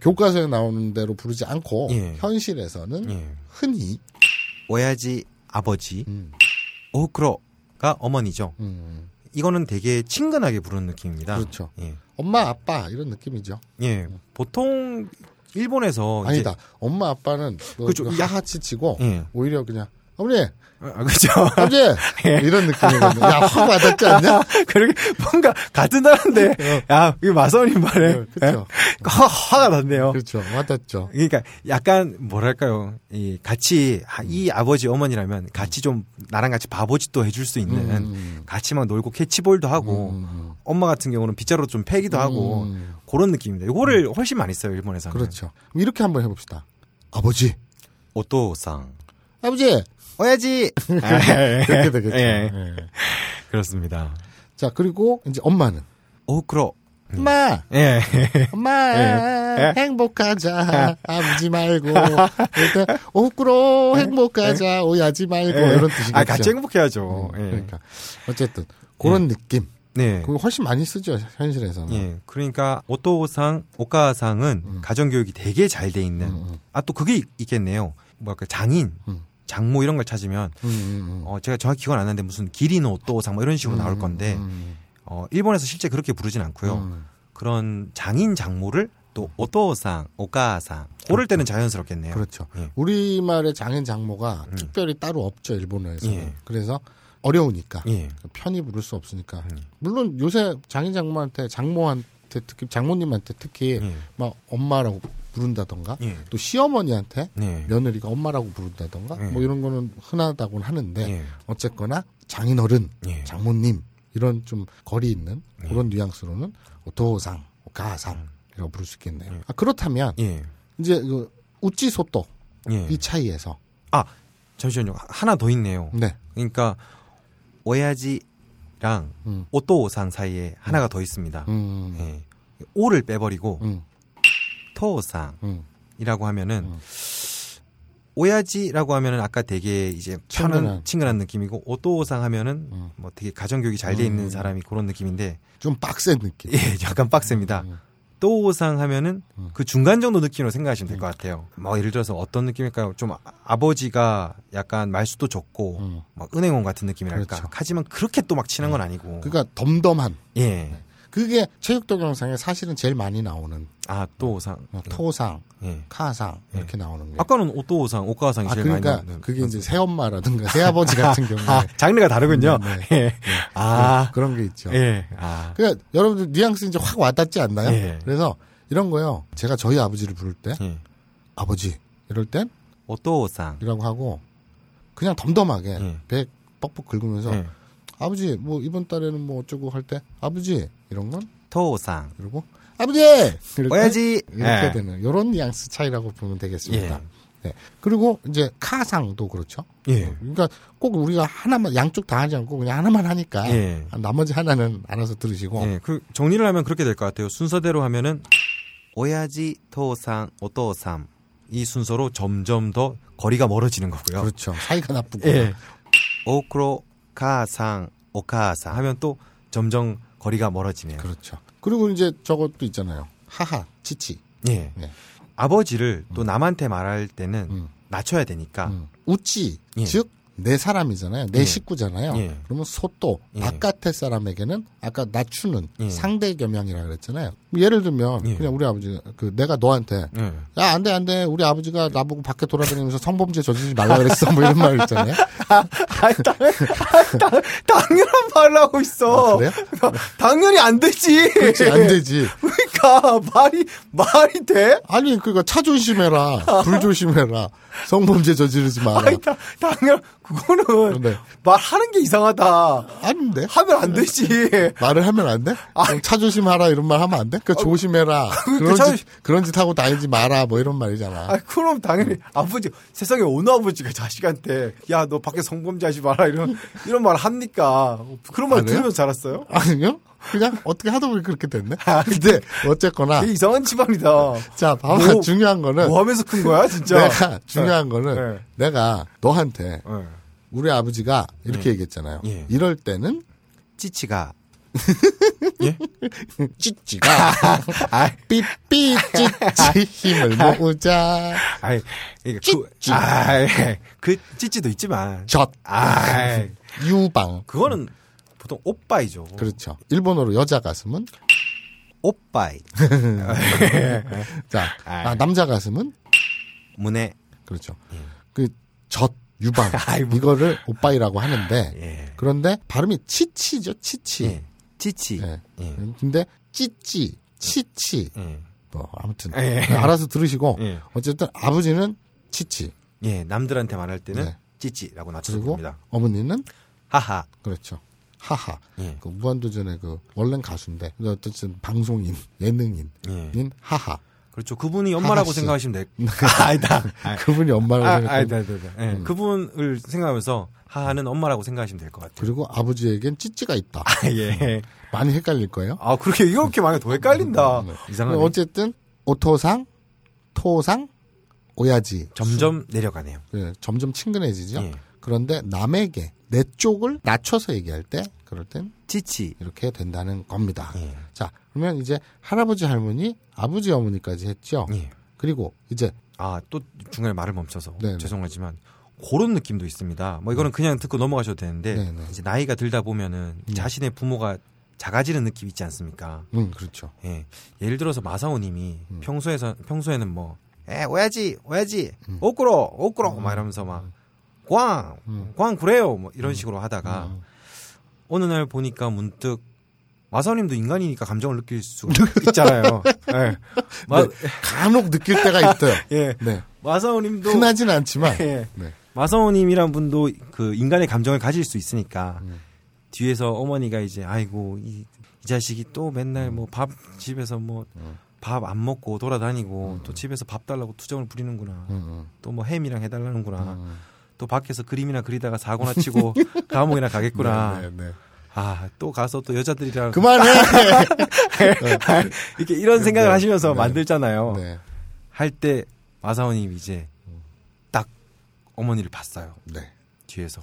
Speaker 4: 교과서에 나오는 대로 부르지 않고
Speaker 2: 예.
Speaker 4: 현실에서는
Speaker 2: 예.
Speaker 4: 흔히
Speaker 2: 오야지 아버지
Speaker 4: 음.
Speaker 2: 오크로가 어머니죠.
Speaker 4: 음,
Speaker 2: 이거는 되게 친근하게 부르는 느낌입니다.
Speaker 4: 그렇죠.
Speaker 2: 예,
Speaker 4: 엄마 아빠 이런 느낌이죠.
Speaker 2: 예. 보통 일본에서
Speaker 4: 음.
Speaker 2: 이제-
Speaker 4: 아니다. 엄마 아빠는 뭐
Speaker 2: 그죠.
Speaker 4: 그 야하치 치고
Speaker 2: 예.
Speaker 4: 오히려 그냥 어머니,
Speaker 2: 아, 예. 그죠.
Speaker 4: 아버지 이런 느낌이거든요. 야확 와닿지 않냐?
Speaker 2: 그렇게 뭔가 같은 나라인데 야 이거 마사오님 말에
Speaker 4: 어, 그렇죠.
Speaker 2: 예? 화, 화가 났네요.
Speaker 4: 그렇죠. 와닿죠.
Speaker 2: 그러니까 약간 뭐랄까요 이 같이 아, 이
Speaker 4: 음.
Speaker 2: 아버지 어머니라면 같이 좀 나랑 같이 바보짓도 해줄 수 있는
Speaker 4: 음.
Speaker 2: 같이 막 놀고 캐치볼도 하고 엄마 같은 경우는 빗자루 좀 패기도 하고 그런 느낌입니다. 이거를 훨씬 많이 써요 일본에서는.
Speaker 4: 음. 그렇죠. 그럼 이렇게 한번 해봅시다. 아버지,
Speaker 2: 오토상
Speaker 4: 아버지
Speaker 2: 오야지 아,
Speaker 4: 이렇게 되겠죠.
Speaker 2: 예.
Speaker 4: 예.
Speaker 2: 그렇습니다.
Speaker 4: 자 그리고 이제 엄마는 어,
Speaker 2: 오크로
Speaker 4: 엄마,
Speaker 2: 예.
Speaker 4: 엄마
Speaker 2: 예.
Speaker 4: 행복하자 아버지 말고 이럴 때 오꾸로 행복하자 오야지 말고 이런 뜻이겠죠.
Speaker 2: 예. 아 같이 행복해야죠. 예.
Speaker 4: 그러니까 어쨌든 그런 느낌
Speaker 2: 네.
Speaker 4: 그거 훨씬 많이 쓰죠 현실에서는.
Speaker 2: 예. 그러니까 오토상, 오카상은
Speaker 4: 음.
Speaker 2: 가정 교육이 되게 잘 돼 있는. 아 또 그게 있- 있겠네요. 뭐랄까 장인, 장모 이런 걸 찾으면
Speaker 4: 음, 음, 음.
Speaker 2: 어 제가 정확히 기억 안 나는데 무슨 기린 오토상 뭐 이런 식으로 나올 건데
Speaker 4: 음.
Speaker 2: 어 일본에서 실제 그렇게 부르진 않고요. 그런 장인 장모를 또 오토상, 오카상 고를 때는 자연스럽겠네요.
Speaker 4: 그렇죠.
Speaker 2: 예. 음.
Speaker 4: 우리 말의 장인 장모가 특별히 따로 없죠 일본어에서.
Speaker 2: 예.
Speaker 4: 는 그래서 어려우니까
Speaker 2: 예. 음.
Speaker 4: 편히 부를 수 없으니까. 물론 요새 장인 장모한테 장모한테 엄마한테 특히 장모님한테 특히
Speaker 2: 예.
Speaker 4: 막 엄마라고 부른다던가
Speaker 2: 예.
Speaker 4: 또 시어머니한테
Speaker 2: 네.
Speaker 4: 며느리가 엄마라고 부른다던가
Speaker 2: 예.
Speaker 4: 뭐 이런 거는 흔하다고는 하는데
Speaker 2: 예.
Speaker 4: 어쨌거나 장인어른,
Speaker 2: 예.
Speaker 4: 장모님 이런 좀 거리 있는 그런 뉘앙스로는 도상, 가상이라고 부를 수 있겠네요. 아, 그렇다면
Speaker 2: 음. 예.
Speaker 4: 이제 그 우찌 소또
Speaker 2: 예.
Speaker 4: 이 차이에서
Speaker 2: 아, 잠시만요. 하나 더 있네요.
Speaker 4: 네,
Speaker 2: 그러니까 오야지랑
Speaker 4: 음.
Speaker 2: 오또오상 사이에 하나가 더 있습니다.
Speaker 4: 음,
Speaker 2: 예. 오를 빼버리고
Speaker 4: 음,
Speaker 2: 토상이라고
Speaker 4: 음,
Speaker 2: 하면은
Speaker 4: 음.
Speaker 2: 오야지라고 하면은 아까 되게 이제 편한
Speaker 4: 친근한.
Speaker 2: 친근한 느낌이고 오또오상 하면은
Speaker 4: 음.
Speaker 2: 뭐 되게 가정교육이 잘 돼 있는
Speaker 4: 음.
Speaker 2: 사람이 그런 느낌인데
Speaker 4: 좀 빡센 느낌.
Speaker 2: 예, 약간 빡셉니다.
Speaker 4: 음,
Speaker 2: 또오상 하면은
Speaker 4: 음.
Speaker 2: 그 중간 정도 느낌으로 생각하시면 될 것 같아요. 뭐 예를 들어서 어떤 느낌일까요? 좀 아- 아버지가 약간 말수도 적고
Speaker 4: 음.
Speaker 2: 막뭐 은행원 같은 느낌이랄까.
Speaker 4: 그렇죠.
Speaker 2: 하지만 그렇게 또 막 친한 건 아니고.
Speaker 4: 그러니까 네. 덤덤한.
Speaker 2: 예.
Speaker 4: 그게 체육 동영상에 사실은 제일 많이 나오는
Speaker 2: 아 또오상.
Speaker 4: 어, 토상,
Speaker 2: 예.
Speaker 4: 카상 이렇게 나오는 거예요.
Speaker 2: 아까는 오또오상, 오가상이
Speaker 4: 아,
Speaker 2: 제일
Speaker 4: 그러니까
Speaker 2: 많이 나오는.
Speaker 4: 그게 이제 새엄마라든가 새아버지 같은 경우에
Speaker 2: 아, 장르가 다르군요.
Speaker 4: 네, 네.
Speaker 2: 예. 아.
Speaker 4: 그런 게 있죠.
Speaker 2: 예. 아.
Speaker 4: 그러니까 여러분들 뉘앙스 이제 확 와닿지 않나요?
Speaker 2: 예.
Speaker 4: 그래서 이런 거요. 제가 저희 아버지를 부를 때
Speaker 2: 예.
Speaker 4: 아버지 이럴 땐
Speaker 2: 오또오상.
Speaker 4: 이라고 하고 그냥 덤덤하게
Speaker 2: 예.
Speaker 4: 배 뻑뻑 긁으면서
Speaker 2: 예.
Speaker 4: 아버지 뭐 이번 달에는 뭐 어쩌고 할 때 아버지 이런 건
Speaker 2: 토오상.
Speaker 4: 그리고 아버지 이럴 때
Speaker 2: 오야지.
Speaker 4: 이렇게
Speaker 2: 예.
Speaker 4: 되는 이런 뉘앙스 차이라고 보면 되겠습니다.
Speaker 2: 예.
Speaker 4: 네. 그리고 이제 카상도 그렇죠.
Speaker 2: 예.
Speaker 4: 그러니까 꼭 우리가 하나만 양쪽 다 하지 않고 그냥 하나만 하니까
Speaker 2: 예.
Speaker 4: 아, 나머지 하나는 알아서 들으시고
Speaker 2: 예, 그 정리를 하면 그렇게 될 것 같아요. 순서대로 하면은 오야지, 토상, 오토삼 이 순서로 점점 더 거리가 멀어지는 거고요.
Speaker 4: 그렇죠. 사이가 나쁘고
Speaker 2: 예. 오크로 가상 오카상 하면 또 점점 거리가 멀어지네요.
Speaker 4: 그렇죠. 그리고 이제 저것도 있잖아요. 하하 치치.
Speaker 2: 예.
Speaker 4: 네.
Speaker 2: 아버지를 또 남한테 말할 때는
Speaker 4: 음.
Speaker 2: 낮춰야 되니까
Speaker 4: 음. 우찌
Speaker 2: 예.
Speaker 4: 즉 내 사람이잖아요. 내
Speaker 2: 예.
Speaker 4: 식구잖아요.
Speaker 2: 예.
Speaker 4: 그러면 소또
Speaker 2: 예.
Speaker 4: 바깥의 사람에게는 아까 낮추는
Speaker 2: 예.
Speaker 4: 상대 겸양이라 그랬잖아요. 예를 들면
Speaker 2: 예.
Speaker 4: 그냥 우리 아버지 그 내가 너한테
Speaker 2: 예.
Speaker 4: 야, 안 돼, 안 돼. 우리 아버지가 나보고 밖에 돌아다니면서 성범죄 저지르지 말라 그랬어. 뭐 이런 말 있잖아요.
Speaker 2: 아, 당, 당연한 말을 하고 있어.
Speaker 4: 아, 그래요?
Speaker 2: 당연히 안 되지.
Speaker 4: 그렇지, 안 되지.
Speaker 2: 그러니까 말이 말이 돼?
Speaker 4: 아니, 그러니까 차 조심해라. 불 조심해라. 성범죄 저지르지 마라.
Speaker 2: 아니, 다, 당연, 그거는
Speaker 4: 네.
Speaker 2: 말하는 게 이상하다.
Speaker 4: 아닌데?
Speaker 2: 하면 안 되지.
Speaker 4: 말을 하면 안 돼?
Speaker 2: 아.
Speaker 4: 그럼 차 조심하라 이런 말 하면 안 돼? 그러니까 조심해라. 그런
Speaker 2: 차
Speaker 4: 짓, 그런 짓 하고 다니지 마라. 뭐 이런 말이잖아.
Speaker 2: 아, 그럼 당연히 아버지, 세상에 어느 아버지가 자식한테, 야, 너 밖에 성범죄 하지 마라. 이런, 이런 말 합니까? 그런 말
Speaker 4: 안 해요?
Speaker 2: 들으면서 자랐어요?
Speaker 4: 아니요? 그냥 어떻게 하다 보니 그렇게 됐네? 아, 근데, 어쨌거나.
Speaker 2: 되게 이상한 집안이다.
Speaker 4: 자, 봐봐.
Speaker 2: 뭐-
Speaker 4: 중요한 거는.
Speaker 2: 뭐 하면서 큰 거야, 진짜?
Speaker 4: 내가, 중요한 거는.
Speaker 2: 네.
Speaker 4: 내가 너한테
Speaker 2: 네.
Speaker 4: 우리 아버지가 이렇게 얘기했잖아요.
Speaker 2: 예.
Speaker 4: 이럴 때는
Speaker 2: 찌치가.
Speaker 4: 찌찌가
Speaker 2: 아이,
Speaker 4: 삐삐 찌찌 힘을 모으자
Speaker 2: 아이, 이게 그,
Speaker 4: 찌찌.
Speaker 2: 아이, 그 찌찌도 있지만.
Speaker 4: 젖 예.
Speaker 2: 아이,
Speaker 4: 유방
Speaker 2: 그거는 보통 오빠이죠.
Speaker 4: 그렇죠. 일본어로 여자 가슴은
Speaker 2: 오빠이.
Speaker 4: 자
Speaker 2: 아이.
Speaker 4: 아, 남자 가슴은
Speaker 2: 문에.
Speaker 4: 그렇죠. 그 젖 유방
Speaker 2: 예. 아이, 뭐.
Speaker 4: 이거를 오빠이라고 하는데
Speaker 2: 예.
Speaker 4: 그런데 발음이 치치죠 치치.
Speaker 2: 예. 찌치.
Speaker 4: 예.
Speaker 2: 예.
Speaker 4: 근데 찌찌 치치
Speaker 2: 예.
Speaker 4: 뭐 아무튼
Speaker 2: 예.
Speaker 4: 알아서 들으시고
Speaker 2: 예.
Speaker 4: 어쨌든 아버지는 치치
Speaker 2: 예, 남들한테 말할 때는
Speaker 4: 네.
Speaker 2: 찌찌라고 낮춰서
Speaker 4: 그리고
Speaker 2: 부릅니다.
Speaker 4: 어머니는
Speaker 2: 하하.
Speaker 4: 그렇죠. 하하.
Speaker 2: 예.
Speaker 4: 그 무한도전의 그 원래는 가수인데 근데 어쨌든 방송인 예능인
Speaker 2: 예.
Speaker 4: 인 하하
Speaker 2: 그렇죠. 그분이 엄마라고
Speaker 4: 하하씨.
Speaker 2: 생각하시면 될. 아, 아니다. 아,
Speaker 4: 그분이 엄마라고
Speaker 2: 아,
Speaker 4: 생각하고
Speaker 2: 아니다, 아니다. 아니다.
Speaker 4: 음.
Speaker 2: 예, 그분을 생각하면서 하하는 엄마라고 생각하시면 될 것 같아요.
Speaker 4: 그리고 아버지에겐 찌찌가 있다
Speaker 2: 아,
Speaker 4: 음.
Speaker 2: 예.
Speaker 4: 많이 헷갈릴 거예요
Speaker 2: 아, 그렇게 이렇게 말해 더 헷갈린다.
Speaker 4: 네.
Speaker 2: 아, 이상하네.
Speaker 4: 어쨌든 오토상 토상 오야지
Speaker 2: 점점 내려가네요.
Speaker 4: 예, 점점 친근해지죠
Speaker 2: 예.
Speaker 4: 그런데 남에게 내 쪽을 낮춰서 얘기할 때 그럴 땐
Speaker 2: 찌찌.
Speaker 4: 이렇게 된다는 겁니다
Speaker 2: 예.
Speaker 4: 자 그러면 이제 할아버지 할머니 아버지 어머니까지 했죠
Speaker 2: 예.
Speaker 4: 그리고 이제
Speaker 2: 아, 또 중간에 말을 멈춰서
Speaker 4: 네, 네.
Speaker 2: 죄송하지만 그런 느낌도 있습니다. 뭐 이거는 그냥 듣고 넘어가셔도 되는데
Speaker 4: 네, 네.
Speaker 2: 이제 나이가 들다 보면은
Speaker 4: 음.
Speaker 2: 자신의 부모가 작아지는 느낌 있지 않습니까?
Speaker 4: 음 그렇죠
Speaker 2: 예. 예를 들어서 마사오님이
Speaker 4: 음.
Speaker 2: 평소에서 평소에는 뭐, 에 오야지 오야지 오꾸로 오꾸로 막 이러면서 막꽝꽝
Speaker 4: 음.
Speaker 2: 그래요 뭐 이런 식으로 하다가
Speaker 4: 음.
Speaker 2: 어느 날 보니까 문득 마사오님도 인간이니까 감정을 느낄 수가 있잖아요. 예. 마,
Speaker 4: 네, 간혹 느낄 때가 있어요.
Speaker 2: 예.
Speaker 4: 네.
Speaker 2: 마사오님도
Speaker 4: 흔하진 않지만.
Speaker 2: 예.
Speaker 4: 네.
Speaker 2: 마사오님이란 분도 그 인간의 감정을 가질 수 있으니까
Speaker 4: 음.
Speaker 2: 뒤에서 어머니가 이제 아이고 이, 이 자식이 또 맨날
Speaker 4: 음.
Speaker 2: 뭐 밥 집에서 뭐 밥 안 먹고 돌아다니고 또 집에서 밥 달라고 투정을 부리는구나
Speaker 4: 음, 음.
Speaker 2: 또 뭐 햄이랑 해달라는구나
Speaker 4: 음.
Speaker 2: 또 밖에서 그림이나 그리다가 사고나 치고 감옥이나 가겠구나
Speaker 4: 네, 네, 네.
Speaker 2: 아 또 가서 또 여자들이랑
Speaker 4: 그만해. 뭐
Speaker 2: 이렇게 이런 생각을
Speaker 4: 네,
Speaker 2: 하시면서
Speaker 4: 네.
Speaker 2: 만들잖아요
Speaker 4: 네. 음.
Speaker 2: 할 때 마사오님 이제 딱 어머니를 봤어요
Speaker 4: 네.
Speaker 2: 뒤에서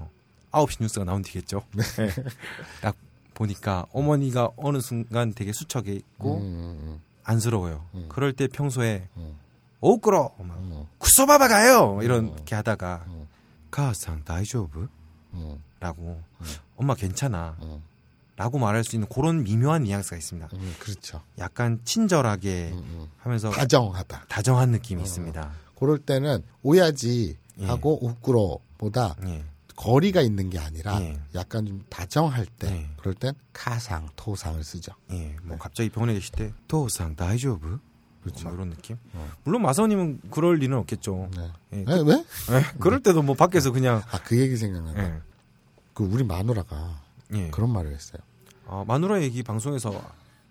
Speaker 2: 9시 뉴스가 나온 뒤겠죠. 예. 딱 보니까 어머니가 어느 순간 되게 수척해 있고
Speaker 4: 음, 음,
Speaker 2: 안쓰러워요. 그럴 때 평소에
Speaker 4: 음.
Speaker 2: 오 끌어 막
Speaker 4: 음.
Speaker 2: 쿠소바바 가요 막 이렇게 하다가
Speaker 4: 음.
Speaker 2: 가상 다이조브라고
Speaker 4: 음,
Speaker 2: 엄마 괜찮아
Speaker 4: 음,
Speaker 2: 라고 말할 수 있는 그런 미묘한 뉘앙스가 있습니다.
Speaker 4: 음, 그렇죠.
Speaker 2: 약간 친절하게
Speaker 4: 음, 음.
Speaker 2: 하면서
Speaker 4: 다정하다.
Speaker 2: 다정한 느낌이 있습니다.
Speaker 4: 그럴 때는 오야지 하고 우꾸로보다
Speaker 2: 예.
Speaker 4: 거리가 있는 게 아니라
Speaker 2: 예.
Speaker 4: 약간 좀 다정할 때
Speaker 2: 예.
Speaker 4: 그럴 땐 카상 토상을 쓰죠.
Speaker 2: 예,
Speaker 4: 네.
Speaker 2: 뭐 갑자기 병원에 계실 때 도상 다이조브
Speaker 4: 그렇죠.
Speaker 2: 뭐 이런 느낌.
Speaker 4: 어.
Speaker 2: 물론 마사오님은 그럴 리는 없겠죠.
Speaker 4: 네.
Speaker 2: 예,
Speaker 4: 에, 왜?
Speaker 2: 예, 그럴 때도 뭐 밖에서 그냥
Speaker 4: 아 그 얘기 생각난다.
Speaker 2: 예,
Speaker 4: 그 우리 마누라가
Speaker 2: 예.
Speaker 4: 그런 말을 했어요.
Speaker 2: 아, 마누라 얘기 방송에서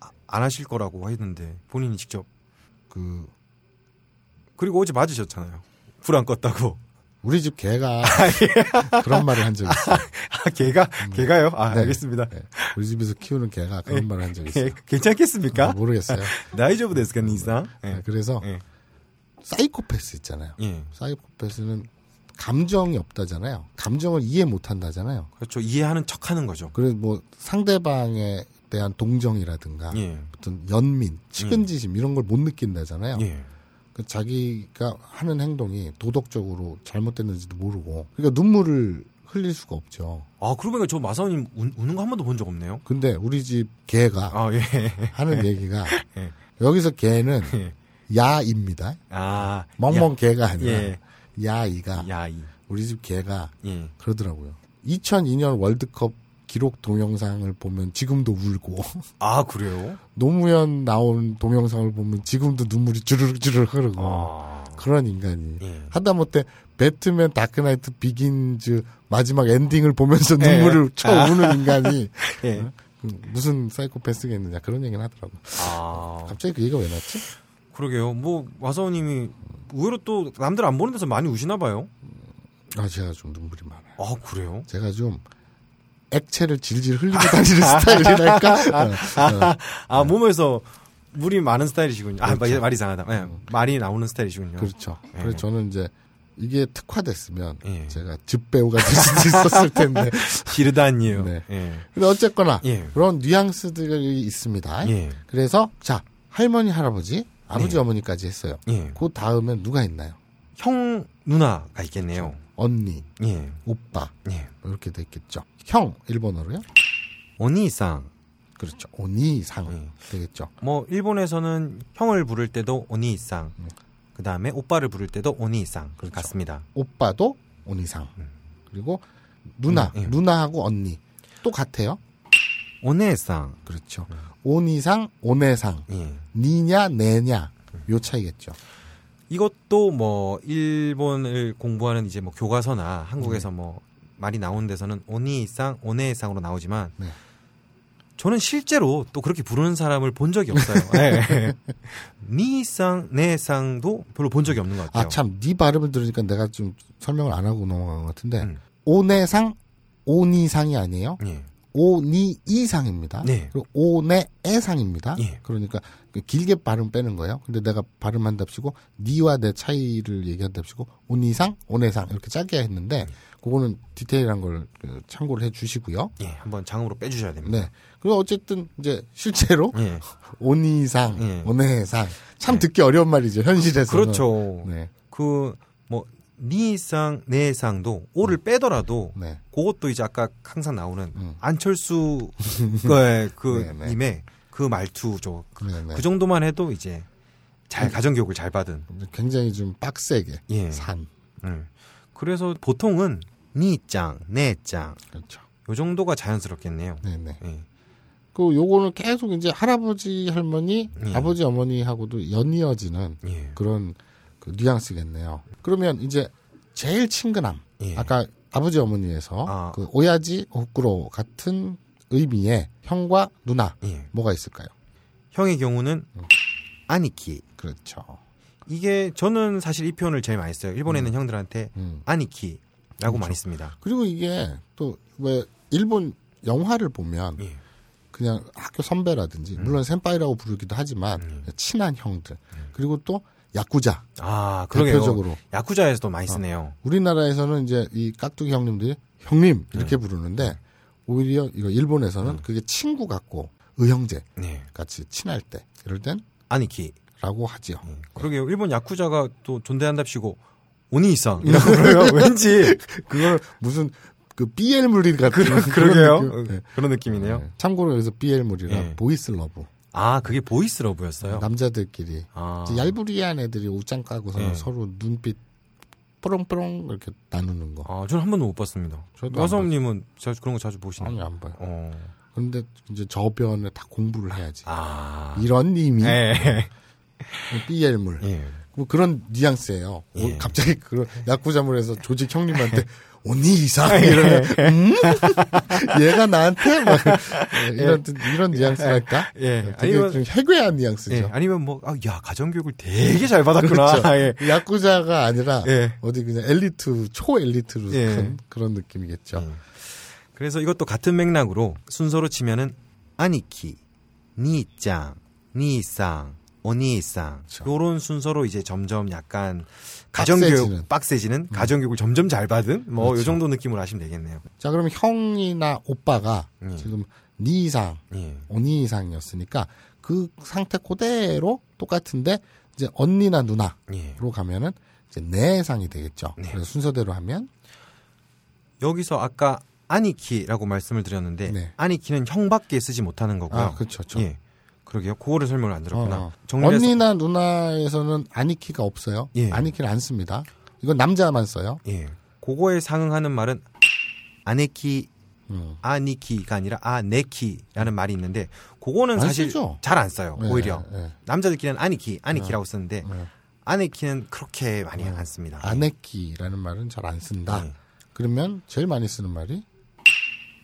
Speaker 2: 아- 안 하실 거라고 했는데 본인이 직접
Speaker 4: 그
Speaker 2: 그리고 어제 맞으셨잖아요. 불 안 껐다고.
Speaker 4: 우리 집 개가 그런 말을 한 적이 있어요.
Speaker 2: 아, 걔가 걔가요? 아,
Speaker 4: 네.
Speaker 2: 알겠습니다.
Speaker 4: 네. 우리 집에서 키우는 개가 그런 말을 한 적이
Speaker 2: 예,
Speaker 4: 있어요. 아,
Speaker 2: 괜찮겠습니까?
Speaker 4: 모르겠어요. 네,
Speaker 2: 나이저브 데스가 니상. 예.
Speaker 4: 그래서
Speaker 2: 예.
Speaker 4: 사이코패스 있잖아요.
Speaker 2: 예.
Speaker 4: 사이코패스는 감정이 없다잖아요. 감정을 이해 못 한다잖아요.
Speaker 2: 그렇죠. 이해하는 척 하는 거죠.
Speaker 4: 그래서 뭐 상대방에 대한 동정이라든가
Speaker 2: 예.
Speaker 4: 어떤 연민, 측은지심 이런 걸 못 느낀다잖아요.
Speaker 2: 음. 예.
Speaker 4: 그 자기가 하는 행동이 도덕적으로 잘못됐는지도 모르고 그러니까 눈물을 흘릴 수가 없죠.
Speaker 2: 아, 그러고 보니까 저 마사오님 우, 우는 거 한 번도 본 적 없네요.
Speaker 4: 근데 우리 집 개가
Speaker 2: 아, 예.
Speaker 4: 하는 얘기가
Speaker 2: 예.
Speaker 4: 여기서 개는
Speaker 2: 예.
Speaker 4: 야입니다.
Speaker 2: 아,
Speaker 4: 멍멍 개가 아니라
Speaker 2: 예.
Speaker 4: 야이가
Speaker 2: 야이.
Speaker 4: 우리 집 개가
Speaker 2: 예.
Speaker 4: 그러더라고요. 2002년 월드컵 기록 동영상을 보면 지금도 울고
Speaker 2: 아, 그래요?
Speaker 4: 노무현 나온 동영상을 보면 지금도 눈물이 주르륵주르륵 흐르고
Speaker 2: 아.
Speaker 4: 그런 인간이
Speaker 2: 예.
Speaker 4: 하다못해 배트맨 다크나이트 비긴즈 마지막 엔딩을 보면서 눈물을 쳐 우는 인간이
Speaker 2: 아. 예.
Speaker 4: 그 무슨 사이코패스겠느냐 그런 얘기는 하더라고.
Speaker 2: 아.
Speaker 4: 갑자기 그 얘기가 왜 났지?
Speaker 2: 그러게요. 뭐 마사오님이 의외로 또 남들 안 보는 데서 많이 우시나 봐요.
Speaker 4: 아 제가 좀 눈물이 많아요.
Speaker 2: 아 그래요?
Speaker 4: 제가 좀 액체를 질질 흘리고 다니는 스타일이랄까. 어, 어,
Speaker 2: 아 몸에서 물이 많은 스타일이시군요. 아
Speaker 4: 그렇죠.
Speaker 2: 말- 말이 이상하다. 예, 말이 나오는 스타일이시군요.
Speaker 4: 그렇죠.
Speaker 2: 예.
Speaker 4: 그래서 저는 이제 이게 특화됐으면
Speaker 2: 예.
Speaker 4: 제가 즙 배우가 될 수도 있었을 텐데.
Speaker 2: 기르다니에요.
Speaker 4: 네.
Speaker 2: 예.
Speaker 4: 근데 어쨌거나
Speaker 2: 예.
Speaker 4: 그런 뉘앙스들이 있습니다.
Speaker 2: 예.
Speaker 4: 그래서 자 할머니 할아버지 아버지 어머니까지 했어요.
Speaker 2: 네. 예.
Speaker 4: 그 다음에 누가 있나요?
Speaker 2: 형 누나가 있겠네요.
Speaker 4: 언니,
Speaker 2: 예.
Speaker 4: 오빠
Speaker 2: 예.
Speaker 4: 뭐 이렇게 됐겠죠. 형 일본어로요?
Speaker 2: 언니상.
Speaker 4: 그렇죠. 언니상
Speaker 2: 예.
Speaker 4: 되겠죠.
Speaker 2: 뭐 일본에서는 형을 부를 때도 언니상.
Speaker 4: 음.
Speaker 2: 그 다음에 오빠를 부를 때도 언니상
Speaker 4: 그렇죠.
Speaker 2: 같습니다.
Speaker 4: 오빠도 언니상 그리고 누나
Speaker 2: 음, 예.
Speaker 4: 누나하고 언니 또 같아요.
Speaker 2: 언니상.
Speaker 4: 그렇죠. 오니상 오네상
Speaker 2: 음. 예. 음.
Speaker 4: 니냐 내냐 요 차이겠죠.
Speaker 2: 이것도 뭐 일본을 공부하는 이제 뭐 교과서나 한국에서 뭐 말이 나오는 데서는 오니상 오네상으로 나오지만
Speaker 4: 네.
Speaker 2: 저는 실제로 또 그렇게 부르는 사람을 본 적이 없어요. 네. 니상 네상도 별로 본 적이 없는 것 같아요.
Speaker 4: 아 참 네 발음을 들으니까 내가 좀 설명을 안 하고 넘어간 것 같은데
Speaker 2: 음.
Speaker 4: 오네상 오니상이 아니에요.
Speaker 2: 예.
Speaker 4: 오니이상입니다.
Speaker 2: 네.
Speaker 4: 그리고 오네애상입니다.
Speaker 2: 예.
Speaker 4: 그러니까 그 길게 발음 빼는 거예요. 근데 내가 발음한답시고 니와 내 차이를 얘기한답시고 오니상 오네상 이렇게 짧게 했는데 그거는 디테일한 걸그 참고를 해주시고요.
Speaker 2: 예. 한번 장음으로 빼주셔야 됩니다.
Speaker 4: 네. 그리고 어쨌든 이제 실제로
Speaker 2: 예.
Speaker 4: 오니상
Speaker 2: 예.
Speaker 4: 오네상 참 듣기 어려운 말이죠 현실에서.
Speaker 2: 그렇죠.
Speaker 4: 네.
Speaker 2: 그 뭐 니상 네상도 오를 빼더라도
Speaker 4: 네.
Speaker 2: 그것도 이제 아까 항상 나오는
Speaker 4: 음.
Speaker 2: 안철수 의 그
Speaker 4: 네, 네.
Speaker 2: 님의 그 말투죠. 그,
Speaker 4: 네, 음. 네.
Speaker 2: 그 정도만 해도 이제 잘 가정 교육을 잘 받은.
Speaker 4: 굉장히 좀 빡세게
Speaker 2: 예.
Speaker 4: 산
Speaker 2: 음. 그래서 보통은 니짱, 내짱
Speaker 4: 그렇죠.
Speaker 2: 요 정도가 자연스럽겠네요.
Speaker 4: 네네.
Speaker 2: 예.
Speaker 4: 그 요거는 계속 이제 할아버지 할머니
Speaker 2: 예.
Speaker 4: 아버지 어머니하고도 연이어지는
Speaker 2: 예.
Speaker 4: 그런 그 뉘앙스겠네요. 그러면 이제 제일 친근함
Speaker 2: 예.
Speaker 4: 아까 아버지 어머니에서
Speaker 2: 아.
Speaker 4: 그 오야지 오꾸로 같은 의미의 형과 누나
Speaker 2: 예.
Speaker 4: 뭐가 있을까요?
Speaker 2: 형의 경우는
Speaker 4: 음.
Speaker 2: 아니키.
Speaker 4: 그렇죠.
Speaker 2: 이게 저는 사실 이 표현을 제일 많이 써요. 일본에 있는 형들한테
Speaker 4: 음. 그렇죠.
Speaker 2: 아니키라고 많이 씁니다.
Speaker 4: 그리고 이게 또 왜 일본 영화를 보면
Speaker 2: 예. 음.
Speaker 4: 그냥 학교 선배라든지 물론 센파이라고 부르기도 하지만 친한 형들
Speaker 2: 음.
Speaker 4: 그리고 또 야쿠자
Speaker 2: 아, 그러게요.
Speaker 4: 대표적으로 어.
Speaker 2: 야쿠자에서도 많이 쓰네요.
Speaker 4: 우리나라에서는 이제 이 깍두기 형님들이 형님
Speaker 2: 네.
Speaker 4: 이렇게 부르는데 오히려 이거 일본에서는 그게 친구 같고 의형제
Speaker 2: 네.
Speaker 4: 같이 친할 때 이럴 땐
Speaker 2: 아니키.
Speaker 4: 라고 하지요.
Speaker 2: 그러게요. 일본 야쿠자가 또 존재한답시고
Speaker 4: 음.
Speaker 2: 오니이상이라고 그래요. 왠지
Speaker 4: 그걸 무슨 그 BL 무리 같은
Speaker 2: 그러,
Speaker 4: 그런
Speaker 2: 그러게요.
Speaker 4: 느낌. 네.
Speaker 2: 그런 느낌이네요.
Speaker 4: 네. 참고로 여기서 BL 무리라
Speaker 2: 예.
Speaker 4: 보이스 러브
Speaker 2: 아, 그게 보이스 러브였어요.
Speaker 4: 남자들끼리
Speaker 2: 아.
Speaker 4: 음. 이제 얄부리한 애들이 옷장 까고서
Speaker 2: 예.
Speaker 4: 는 서로 눈빛 뽀롱뽀롱 이렇게 나누는 거
Speaker 2: 아, 저는 한 번도 못 봤습니다.
Speaker 4: 저도 안
Speaker 2: 여성님은 자주 그런 거 자주 보시나요?
Speaker 4: 아니 안 봐요.
Speaker 2: 어.
Speaker 4: 그런데 이제 저변에 다 공부를 해야지.
Speaker 2: 아.
Speaker 4: 이런 님이
Speaker 2: 예.
Speaker 4: BL물
Speaker 2: 예.
Speaker 4: 뭐 그런 뉘앙스예요.
Speaker 2: 예.
Speaker 4: 뭐 갑자기 그런 야구자물에서 조직 형님한테 언니 이상
Speaker 2: 예.
Speaker 4: 이러면 음? 얘가 나한테 막 이런 이런 뉘앙스랄까?
Speaker 2: 예.
Speaker 4: 되게
Speaker 2: 아니면-
Speaker 4: 좀 해괴한
Speaker 2: 예.
Speaker 4: 뉘앙스죠. 네. 그렇죠.
Speaker 2: 아니면 뭐, 아, 야, 가정교육을 되게 잘 받았구나. 예.
Speaker 4: 야구자가 아니라
Speaker 2: 예.
Speaker 4: 어디 그냥 엘리트 초 엘리트로
Speaker 2: 예.
Speaker 4: 큰 그런 느낌이겠죠.
Speaker 2: 예. 그래서 이것도 같은 맥락으로 순서로 치면은 아니키, 니짱, 니상, 오니상 요런 순서로 이제 점점 약간 가정교육
Speaker 4: 빡세지는. 음.
Speaker 2: 빡세지는 가정교육을 점점 잘 받은 뭐 요 정도 느낌으로 하시면 되겠네요.
Speaker 4: 자 그럼 형이나 오빠가
Speaker 2: 예.
Speaker 4: 지금 니 이상
Speaker 2: 예.
Speaker 4: 언니 이상이었으니까 그 상태 그대로 똑같은데 이제 언니나 누나
Speaker 2: 예.
Speaker 4: 로 가면은 이제 내상이 되겠죠.
Speaker 2: 네.
Speaker 4: 그래서 순서대로 하면
Speaker 2: 여기서 아까 아니키라고 말씀을 드렸는데
Speaker 4: 네.
Speaker 2: 아니키는 형밖에 쓰지 못하는 거고요.
Speaker 4: 아, 그쵸, 그쵸.
Speaker 2: 예. 그러게요. 그거를 설명을 안 들었구나.
Speaker 4: 어, 어.
Speaker 2: 정리해서
Speaker 4: 언니나 누나에서는 아니키가 없어요.
Speaker 2: 예.
Speaker 4: 아니키를 안 씁니다. 이건 남자만 써요.
Speaker 2: 예. 그거에 상응하는 말은 아네키
Speaker 4: 음.
Speaker 2: 아니키가 아니라 아네키라는 말이 있는데 그거는
Speaker 4: 안
Speaker 2: 사실
Speaker 4: 쓰죠?
Speaker 2: 잘 안 써요.
Speaker 4: 예,
Speaker 2: 오히려
Speaker 4: 예.
Speaker 2: 남자들끼리는 아니키 아니키라고 쓰는데
Speaker 4: 네.
Speaker 2: 아네키는 그렇게 많이 안 씁니다.
Speaker 4: 아네키라는 말은 잘 안 쓴다.
Speaker 2: 네.
Speaker 4: 그러면 제일 많이 쓰는 말이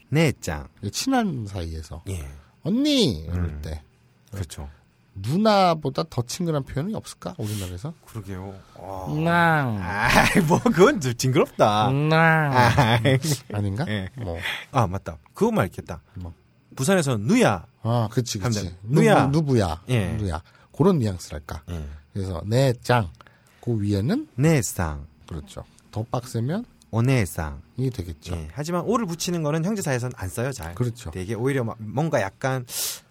Speaker 2: 네짱.
Speaker 4: 친한 사이에서
Speaker 2: 예. 음.
Speaker 4: 언니 이럴 때
Speaker 2: 그렇죠.
Speaker 4: 누나보다 더 친근한 표현이 없을까 우리나라에서?
Speaker 2: 그러게요. 어.
Speaker 4: 누나,
Speaker 2: 아이, 뭐 그건 좀 징그럽다.
Speaker 4: 음. 누나
Speaker 2: 아이.
Speaker 4: 아닌가?
Speaker 2: 예.
Speaker 4: 뭐.
Speaker 2: 아 맞다. 그거 말겠다.
Speaker 4: 뭐.
Speaker 2: 부산에서 누야.
Speaker 4: 아, 그치, 그치.
Speaker 2: 감자.
Speaker 4: 누,
Speaker 2: 누야.
Speaker 4: 누, 누부야.
Speaker 2: 예.
Speaker 4: 누야. 그런 뉘앙스랄까. 그래서, 내 짱. 그 위에는,
Speaker 2: 네상, 어,
Speaker 4: 그렇죠. 더 빡세면,
Speaker 2: 오네상.
Speaker 4: 이 되겠죠.
Speaker 2: 예, 하지만 오를 붙이는 거는 형제 사이에선 안 써요 잘.
Speaker 4: 그렇죠.
Speaker 2: 되게 오히려 막 뭔가 약간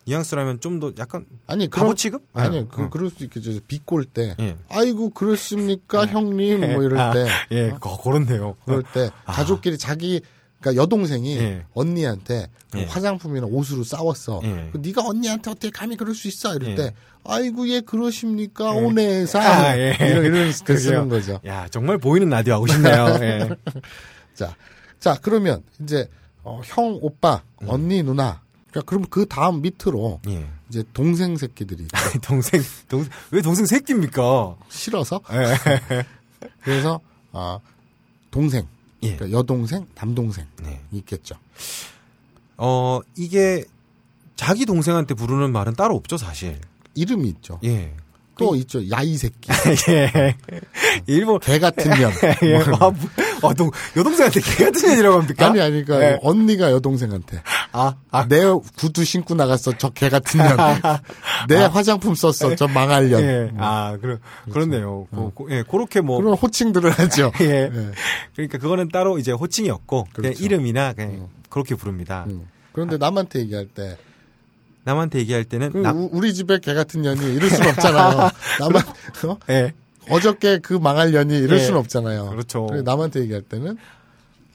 Speaker 2: 뉘앙스라면 좀 더 약간
Speaker 4: 아니,
Speaker 2: 바보
Speaker 4: 그럼,
Speaker 2: 취급?
Speaker 4: 아니,
Speaker 2: 어.
Speaker 4: 그, 럴수 있겠죠. 비꼴 때,
Speaker 2: 예.
Speaker 4: 아이고, 그렇습니까, 형님, 뭐 이럴
Speaker 2: 아,
Speaker 4: 때,
Speaker 2: 예, 거, 그렇네요.
Speaker 4: 그럴 때, 가족끼리 자기, 그러니까 여동생이
Speaker 2: 예.
Speaker 4: 언니한테 그
Speaker 2: 예.
Speaker 4: 화장품이나 옷으로 싸웠어.
Speaker 2: 예.
Speaker 4: 그 네가 언니한테 어떻게 감히 그럴 수 있어? 이럴
Speaker 2: 예.
Speaker 4: 때, 아이고, 얘 그러십니까, 오네상
Speaker 2: 아, 예.
Speaker 4: 이런, 이런 글 쓰는
Speaker 2: 그러게요.
Speaker 4: 거죠.
Speaker 2: 야, 정말 보이는 라디오 하고 싶네요. 예.
Speaker 4: 자, 자 그러면 이제 어, 형, 오빠, 언니, 누나. 그러니까 그럼 그 다음 밑으로
Speaker 2: 음. 예.
Speaker 4: 이제 동생 새끼들이 있죠.
Speaker 2: 동생, 동생, 왜 동생 새끼입니까?
Speaker 4: 싫어서
Speaker 2: 예.
Speaker 4: 그래서 아 동생,
Speaker 2: 예.
Speaker 4: 그러니까 여동생, 남동생
Speaker 2: 네.
Speaker 4: 있겠죠.
Speaker 2: 어, 이게 자기 동생한테 부르는 말은 따로 없죠, 사실.
Speaker 4: 이름이 있죠.
Speaker 2: 예.
Speaker 4: 또 있죠. 야이 새끼,
Speaker 2: 예. 일본,
Speaker 4: 개 같은 년.
Speaker 2: 예.
Speaker 4: 뭐.
Speaker 2: 아, 뭐, 아, 동, 여동생한테 개 같은 년이라고 합니까?
Speaker 4: 아니 아니 그러니까
Speaker 2: 예.
Speaker 4: 언니가 여동생한테
Speaker 2: 아,
Speaker 4: 내 구두 신고 나갔어 저 개 같은 년. 내 화장품 썼어 저 망할 년.
Speaker 2: 아. 예. 아, 그러, 그렇네요. 고, 고, 예, 그렇게 뭐.
Speaker 4: 그런 호칭들을 하죠.
Speaker 2: 예.
Speaker 4: 예.
Speaker 2: 그러니까 그거는 따로 이제 호칭이 없고, 그냥
Speaker 4: 그렇죠.
Speaker 2: 이름이나 그냥 그렇게 부릅니다.
Speaker 4: 음.
Speaker 2: 아.
Speaker 4: 그런데 남한테 얘기할 때
Speaker 2: 남한테 얘기할 때는,
Speaker 4: 그
Speaker 2: 남,
Speaker 4: 우- 우리 집에 개 같은 년이 이럴 순 없잖아요. 남한 어?
Speaker 2: 예.
Speaker 4: 어저께 그 망할 년이 이럴
Speaker 2: 예.
Speaker 4: 순 없잖아요.
Speaker 2: 그렇죠.
Speaker 4: 그래서 남한테 얘기할 때는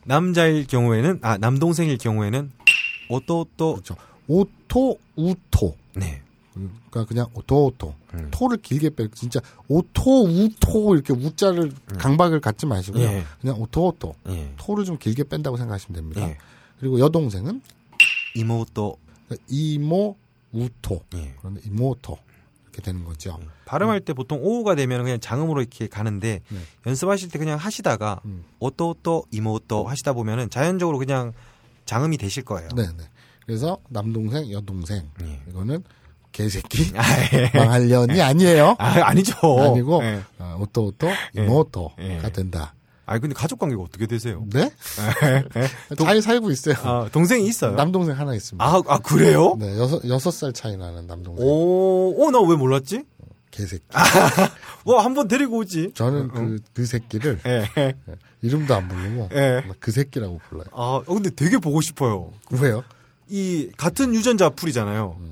Speaker 2: 남자일 경우에는, 아, 남동생일 경우에는, 오또또,
Speaker 4: 그렇죠. 오토 우토.
Speaker 2: 네.
Speaker 4: 그러니까 그냥 오토 오토.
Speaker 2: 예.
Speaker 4: 토를 길게 빼. 진짜 오토 우토 이렇게 우자를 강박을 갖지 마시고요.
Speaker 2: 음. 예.
Speaker 4: 그냥 오토 오토.
Speaker 2: 예.
Speaker 4: 토를 좀 길게 뺀다고 생각하시면 됩니다.
Speaker 2: 예.
Speaker 4: 그리고 여동생은
Speaker 2: 이모또,
Speaker 4: 그러니까 이모 우토
Speaker 2: 예.
Speaker 4: 그런데 이모토 이렇게 되는 거죠.
Speaker 2: 발음할 때 보통 오우가 되면 그냥 장음으로 이렇게 가는데
Speaker 4: 네.
Speaker 2: 연습하실 때 그냥 하시다가
Speaker 4: 음.
Speaker 2: 오또오또 이모또 하시다 보면은 자연적으로 그냥 장음이 되실 거예요.
Speaker 4: 네, 네. 그래서 남동생, 여동생
Speaker 2: 예.
Speaker 4: 이거는 개새끼
Speaker 2: 아, 예.
Speaker 4: 망할년이 아니에요.
Speaker 2: 아, 니죠
Speaker 4: 아니고
Speaker 2: 예.
Speaker 4: 아, 오토오토
Speaker 2: 예.
Speaker 4: 이모토가
Speaker 2: 예.
Speaker 4: 된다.
Speaker 2: 아니 근데 가족 관계가 어떻게 되세요?
Speaker 4: 네? 잘 살고 있어요.
Speaker 2: 예. 아, 동생이 있어요.
Speaker 4: 남동생 하나 있습니다.
Speaker 2: 아, 아 그래요?
Speaker 4: 네, 여섯 여섯 살 차이 나는 남동생
Speaker 2: 오, 아, 어, 나 왜 몰랐지?
Speaker 4: 개새끼.
Speaker 2: 와, 한 번 데리고 오지.
Speaker 4: 저는 그, 그 새끼를
Speaker 2: 음,
Speaker 4: 네,
Speaker 2: 예.
Speaker 4: 이름도 안 부르고
Speaker 2: 예.
Speaker 4: 그 새끼라고 불러요.
Speaker 2: 아, 어, 근데 되게 보고 싶어요.
Speaker 4: 왜요?
Speaker 2: 이 같은 유전자 풀이잖아요.
Speaker 4: 음.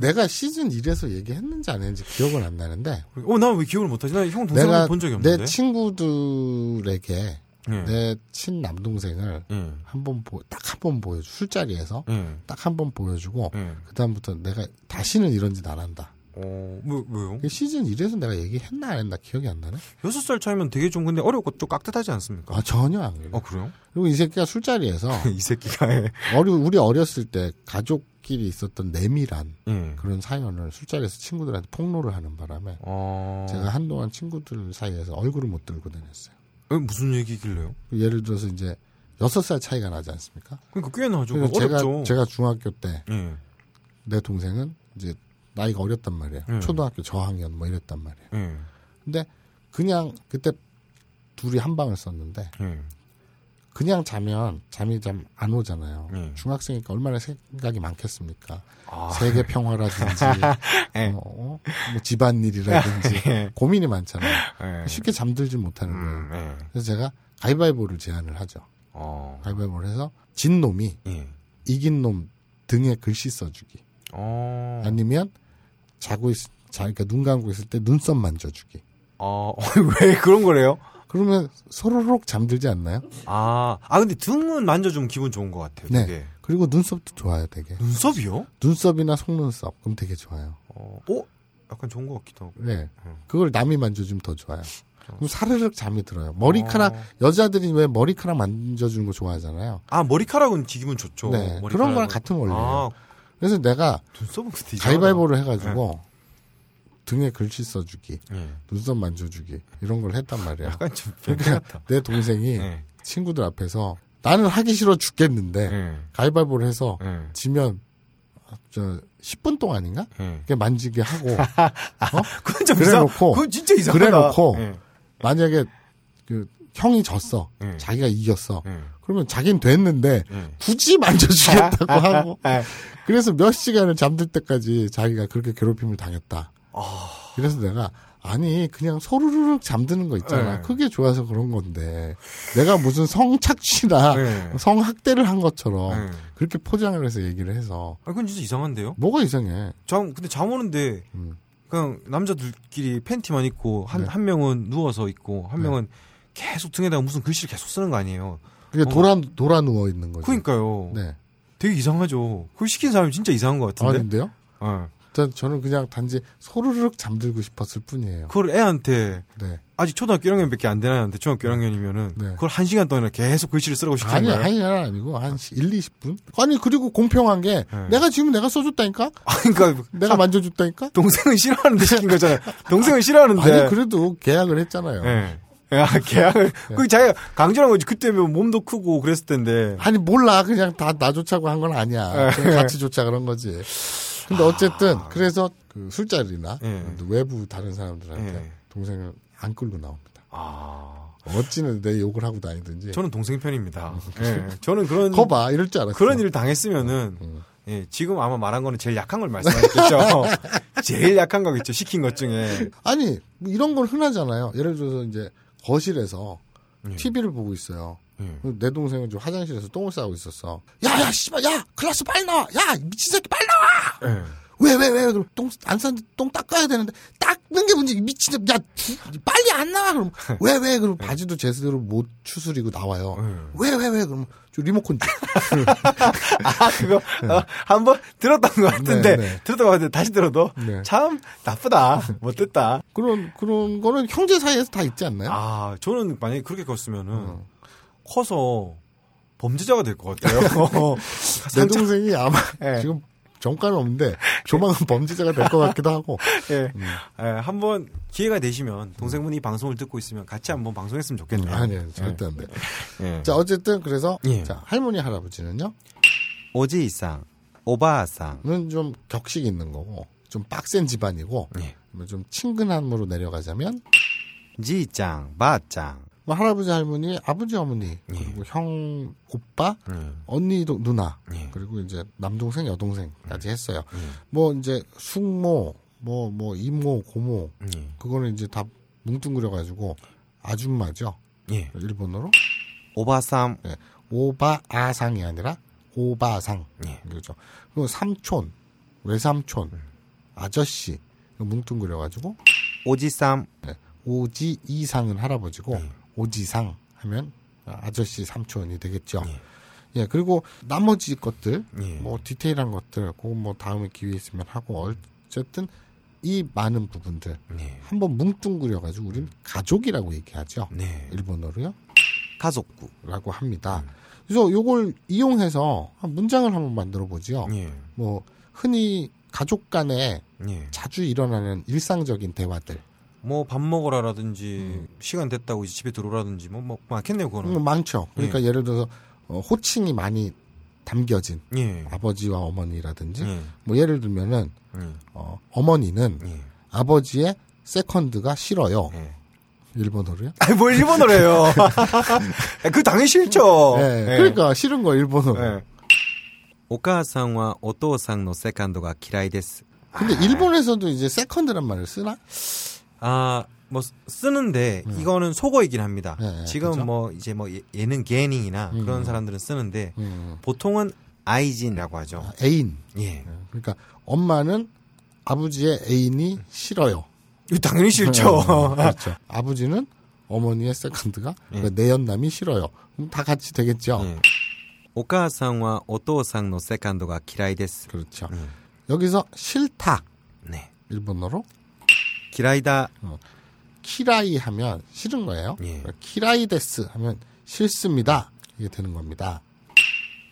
Speaker 4: 내가 시즌 1에서 얘기했는지 안 했는지 기억은 안 나는데
Speaker 2: 어, 난 왜 기억을 못하지? 나 형 동생을
Speaker 4: 내가
Speaker 2: 본 적이 없는데.
Speaker 4: 내 친구들에게
Speaker 2: 예.
Speaker 4: 내 친남동생을
Speaker 2: 예.
Speaker 4: 한번 딱 한 번 보여주 술자리에서
Speaker 2: 예.
Speaker 4: 딱 한 번 보여주고
Speaker 2: 예.
Speaker 4: 그다음부터 내가 다시는 이런 짓 안 한다.
Speaker 2: 어, 뭐, 왜요?
Speaker 4: 그 시즌 1에서 내가 얘기했나 안 했나 기억이 안 나네.
Speaker 2: 여섯 살 차이면 되게 좀 근데 어렵고 좀 깍듯하지 않습니까?
Speaker 4: 아 전혀 안 그래.
Speaker 2: 아, 그래요?
Speaker 4: 그리고 이 새끼가 술자리에서
Speaker 2: 이 새끼가, 예.
Speaker 4: 어리 우리 어렸을 때 가족끼리 있었던 내밀한
Speaker 2: 예.
Speaker 4: 그런 사연을 술자리에서 친구들한테 폭로를 하는 바람에
Speaker 2: 어.
Speaker 4: 제가 한동안 친구들 사이에서 얼굴을 못 들고 다녔어요.
Speaker 2: 에, 무슨 얘기길래요?
Speaker 4: 예를 들어서 이제 여섯 살 차이가 나지 않습니까?
Speaker 2: 그러니까 꽤나 하죠.
Speaker 4: 그래서
Speaker 2: 어렵죠.
Speaker 4: 제가 제가 중학교 때 내
Speaker 2: 예.
Speaker 4: 동생은 이제 나이가 어렸단 말이에요.
Speaker 2: 음.
Speaker 4: 초등학교 저학년 뭐 이랬단 말이에요.
Speaker 2: 예.
Speaker 4: 근데 그냥 그때 둘이 한 방을 썼는데
Speaker 2: 예.
Speaker 4: 그냥 자면 잠이 좀 안 오잖아요.
Speaker 2: 음.
Speaker 4: 중학생이니까 얼마나 생각이 많겠습니까?
Speaker 2: 아.
Speaker 4: 세계 평화라든지
Speaker 2: 예.
Speaker 4: 어, 어? 뭐 집안일이라든지
Speaker 2: 예.
Speaker 4: 고민이 많잖아요.
Speaker 2: 예.
Speaker 4: 쉽게 잠들지 못하는 거예요.
Speaker 2: 음, 예.
Speaker 4: 그래서 제가 가위바위보를 제안을 하죠.
Speaker 2: 어.
Speaker 4: 가위바위보를 해서 진 놈이
Speaker 2: 예.
Speaker 4: 이긴 놈 등에 글씨 써주기.
Speaker 2: 어.
Speaker 4: 음. 아니면 자고 있, 자, 그러니까 눈 감고 있을 때 눈썹 만져주기.
Speaker 2: 아, 왜 그런 거래요?
Speaker 4: 그러면 서로록 잠들지 않나요?
Speaker 2: 아, 아 근데 등은 만져주면 기분 좋은 것 같아요.
Speaker 4: 네.
Speaker 2: 되게.
Speaker 4: 그리고 눈썹도 좋아요, 되게.
Speaker 2: 눈썹이요?
Speaker 4: 눈썹이나 속눈썹, 그럼 되게 좋아요.
Speaker 2: 어, 어? 약간 좋은 것 같기도 하고.
Speaker 4: 네.
Speaker 2: 음.
Speaker 4: 그걸 남이 만져주면 더 좋아요. 그럼 사르륵 잠이 들어요. 머리카락,
Speaker 2: 어.
Speaker 4: 여자들이 왜 머리카락 만져주는 거 좋아하잖아요.
Speaker 2: 아 머리카락은 기분 좋죠.
Speaker 4: 네.
Speaker 2: 머리카락은.
Speaker 4: 그런 거랑 같은 원리예요.
Speaker 2: 아,
Speaker 4: 그래서 내가
Speaker 2: 눈썹은 그때 이상하다. 네.
Speaker 4: 가위바위보를 해가지고 등에 글씨 써주기,
Speaker 2: 예.
Speaker 4: 눈썹 만져주기 이런 걸 했단 말이야.
Speaker 2: 약간 좀 변태 같다.
Speaker 4: 내 동생이
Speaker 2: 예.
Speaker 4: 친구들 앞에서 나는 하기 싫어 죽겠는데
Speaker 2: 예.
Speaker 4: 가위바위보를 해서
Speaker 2: 예.
Speaker 4: 지면 저 10분 동안인가?
Speaker 2: 예.
Speaker 4: 그게 만지게 하고
Speaker 2: 아,
Speaker 4: 어?
Speaker 2: 그건 좀
Speaker 4: 그래
Speaker 2: 이상.
Speaker 4: 놓고-
Speaker 2: 그건 진짜 이상하다.
Speaker 4: 그래 놓고
Speaker 2: 예.
Speaker 4: 만약에 그 형이 졌어,
Speaker 2: 예.
Speaker 4: 자기가 이겼어.
Speaker 2: 예.
Speaker 4: 그러면 자긴 됐는데
Speaker 2: 예.
Speaker 4: 굳이 만져주겠다고 하고
Speaker 2: 예.
Speaker 4: 그래서 몇 시간을 잠들 때까지 자기가 그렇게 괴롭힘을 당했다.
Speaker 2: 아,
Speaker 4: 그래서 내가 아니 그냥 소르르륵 잠드는 거 있잖아.
Speaker 2: 네.
Speaker 4: 그게 좋아서 그런 건데 내가 무슨 성착취나
Speaker 2: 네.
Speaker 4: 성학대를 한 것처럼
Speaker 2: 예.
Speaker 4: 그렇게 포장을 해서 얘기를 해서
Speaker 2: 아, 그건 진짜 이상한데요.
Speaker 4: 뭐가 이상해?
Speaker 2: 잠 근데 잠 오는데
Speaker 4: 음.
Speaker 2: 그냥 남자들끼리 팬티만 입고 한 한
Speaker 4: 네.
Speaker 2: 명은 누워서 있고 한
Speaker 4: 네.
Speaker 2: 명은 계속 등에다가 무슨 글씨를 계속 쓰는 거 아니에요.
Speaker 4: 그게 돌아 돌아 누워 있는 거죠.
Speaker 2: 어. 그러니까요.
Speaker 4: 네.
Speaker 2: 되게 이상하죠. 그걸 시킨 사람이 진짜 이상한 것 같은데.
Speaker 4: 아닌데요?
Speaker 2: 어.
Speaker 4: 전 저는 그냥 단지 소르륵 잠들고 싶었을 뿐이에요.
Speaker 2: 그걸 애한테
Speaker 4: 네.
Speaker 2: 아직 초등학교 1학년밖에 안 되는데 중학교 1학년이면은
Speaker 4: 네.
Speaker 2: 그걸 한 시간 동안이나 계속 글씨를 쓰라고 시키는
Speaker 4: 아니,
Speaker 2: 거예요.
Speaker 4: 아니, 아니고, 한 1, 20분? 아니, 그리고 공평한 게,
Speaker 2: 네.
Speaker 4: 내가 지금 내가 써줬다니까?
Speaker 2: 아, 그러니까
Speaker 4: 내가 만져줬다니까?
Speaker 2: 동생은 싫어하는데 시킨 거잖아요. 동생은 싫어하는데.
Speaker 4: 아니, 그래도 계약을 했잖아요.
Speaker 2: 예. 야, 계약을 그 자기가 강조한 거지. 그때면 뭐 몸도 크고 그랬을 텐데.
Speaker 4: 아니, 몰라. 그냥 다 나 좋자고 한 건 아니야.
Speaker 2: 네.
Speaker 4: 그냥 같이 좋자 그런 거지. 근데 어쨌든, 그래서 그 술자리나
Speaker 2: 아. 네.
Speaker 4: 외부 다른 사람들한테
Speaker 2: 네.
Speaker 4: 동생을 안 끌고 나옵니다.
Speaker 2: 아,
Speaker 4: 어찌는 내 욕을 하고 다니든지.
Speaker 2: 저는 동생 편입니다. 예. 저는 그런
Speaker 4: 거봐, 이럴 줄 알았어.
Speaker 2: 그런 일을 당했으면은 예, 지금 아마 말한 거는 제일 약한 걸 말씀하셨겠죠. 제일 약한 거겠죠. 시킨 것 중에.
Speaker 4: 아니 뭐 이런 건 흔하잖아요. 예를 들어서 이제 거실에서 TV를 보고 있어요.
Speaker 2: 예.
Speaker 4: 내 동생은 지금 화장실에서 똥을 싸고 있었어. 야야 씨발 야 클라스 빨리 나와. 야 미친 새끼 빨리 나와.
Speaker 2: 예.
Speaker 4: 왜 왜 왜 그럼 똥안 쌌는데 똥 닦아야 되는데 닦는 게 문제 미친 새끼 야 주- 빨리 안 나와 그럼 왜 왜 그럼 바지도 제대로 못 추스리고 나와요.
Speaker 2: 예.
Speaker 4: 왜 왜 왜 그럼 저 리모컨 줘.
Speaker 2: 아, 그거 어, 한번 들었던 것
Speaker 4: 네,
Speaker 2: 같은데
Speaker 4: 네.
Speaker 2: 들었던 것 같은데 다시 들어도
Speaker 4: 네.
Speaker 2: 참 나쁘다 못됐다.
Speaker 4: 그런 그런 거는 형제 사이에서 다 있지 않나요?
Speaker 2: 아 저는 만약에 그렇게 컸으면은 커서 범죄자가 될 것 같아요.
Speaker 4: 내
Speaker 2: 상처
Speaker 4: 동생이 아마
Speaker 2: 예.
Speaker 4: 지금 정가는 없는데 조만간 범죄자가 될 것 같기도 하고
Speaker 2: 예. 예, 한번 기회가 되시면 동생분이 이 방송을 듣고 있으면 같이 한번 방송했으면 좋겠네요.
Speaker 4: 아니요 절대 안 돼.
Speaker 2: 예.
Speaker 4: 자 어쨌든 그래서
Speaker 2: 예.
Speaker 4: 자 할머니 할아버지는요.
Speaker 2: 오지이상, 오바아상.
Speaker 4: 는좀 격식 있는 거고 좀 빡센 집안이고
Speaker 2: 예.
Speaker 4: 뭐좀 친근함으로 내려가자면
Speaker 2: 지짱, 바짱.
Speaker 4: 뭐 할아버지 할머니 아버지
Speaker 2: 예.
Speaker 4: 어머니 그리고 형 오빠 언니도 누나
Speaker 2: 예.
Speaker 4: 그리고 이제 남동생 여동생까지 했어요.
Speaker 2: 예.
Speaker 4: 뭐 이제 숙모 뭐 뭐 이모 고모
Speaker 2: 예.
Speaker 4: 그거는 이제 다 뭉뚱그려 가지고 아줌마죠
Speaker 2: 예.
Speaker 4: 일본어로
Speaker 2: 오바삼.
Speaker 4: 네. 오바아상이 아니라 오바상
Speaker 2: 예. 음.
Speaker 4: 그렇죠. 그리고 삼촌 외삼촌 아저씨 뭉뚱그려 가지고 네.
Speaker 2: 오지삼.
Speaker 4: 오지 이상은 할아버지고
Speaker 2: 예.
Speaker 4: 오지상 하면 아저씨 삼촌이 되겠죠. 예, 그리고 나머지 것들
Speaker 2: 예.
Speaker 4: 뭐 디테일한 것들 그거 뭐 다음에 기회 있으면 하고 어쨌든 이 많은 부분들
Speaker 2: 네.
Speaker 4: 한번 뭉뚱그려 가지고 우린 가족이라고 얘기하죠.
Speaker 2: 네.
Speaker 4: 일본어로요.
Speaker 2: 가족구.
Speaker 4: 라고
Speaker 2: 음.
Speaker 4: 합니다. 그래서 요걸 이용해서 한 문장을 한번 만들어 보지요.
Speaker 2: 예.
Speaker 4: 뭐 흔히 가족 간에
Speaker 2: 예.
Speaker 4: 자주 일어나는 일상적인 대화들
Speaker 2: 뭐 밥 먹으라라든지 시간 됐다고 이제 집에 들어오라든지 뭐, 뭐 많겠네요 그거는.
Speaker 4: 음, 많죠. 그러니까 예. 를 들어서 어, 호칭이 많이 담겨진
Speaker 2: 예.
Speaker 4: 아버지와 어머니라든지
Speaker 2: 예.
Speaker 4: 뭐 예를 들면은
Speaker 2: 예.
Speaker 4: 어, 어머니는
Speaker 2: 예.
Speaker 4: 아버지의 세컨드가 싫어요.
Speaker 2: 예.
Speaker 4: 일본어로요?
Speaker 2: 아니 뭘 일본어로 해요. 그 당연히 싫죠.
Speaker 4: 예, 그러니까 싫은 거 일본어로.
Speaker 2: 예. 오카상과 오토상의 세컨드가 嫌いです.
Speaker 4: 근데 일본에서도 이제 세컨드란 말을 쓰나?
Speaker 2: 아, 뭐 쓰- 쓰는데 이거는 속어이긴 합니다.
Speaker 4: 예, 예,
Speaker 2: 지금
Speaker 4: 그죠?
Speaker 2: 뭐 이제 뭐 예- 예능 게닝이나 그런 사람들은 쓰는데
Speaker 4: 음,
Speaker 2: 보통은 아이진이라고 하죠.
Speaker 4: 애인.
Speaker 2: 예.
Speaker 4: 예, 그러니까 엄마는 아버지의 애인이 싫어요.
Speaker 2: 이거 당연히
Speaker 4: 어,
Speaker 2: 싫죠.
Speaker 4: 그렇죠. 아버지는 어머니의 세컨드가 그러니까 내연남이 싫어요. 그럼 다 같이 되겠죠.
Speaker 2: 예. 오카상과 오토상의 세컨드가 嫌いです.
Speaker 4: 그렇죠.
Speaker 2: 음.
Speaker 4: 여기서 싫다
Speaker 2: 네.
Speaker 4: 일본어로
Speaker 2: 嫌いだ.
Speaker 4: 키라이 하면 싫은 거예요. 그러니까
Speaker 2: 예.
Speaker 4: 키라이 데스 하면 싫습니다. 이게 되는 겁니다.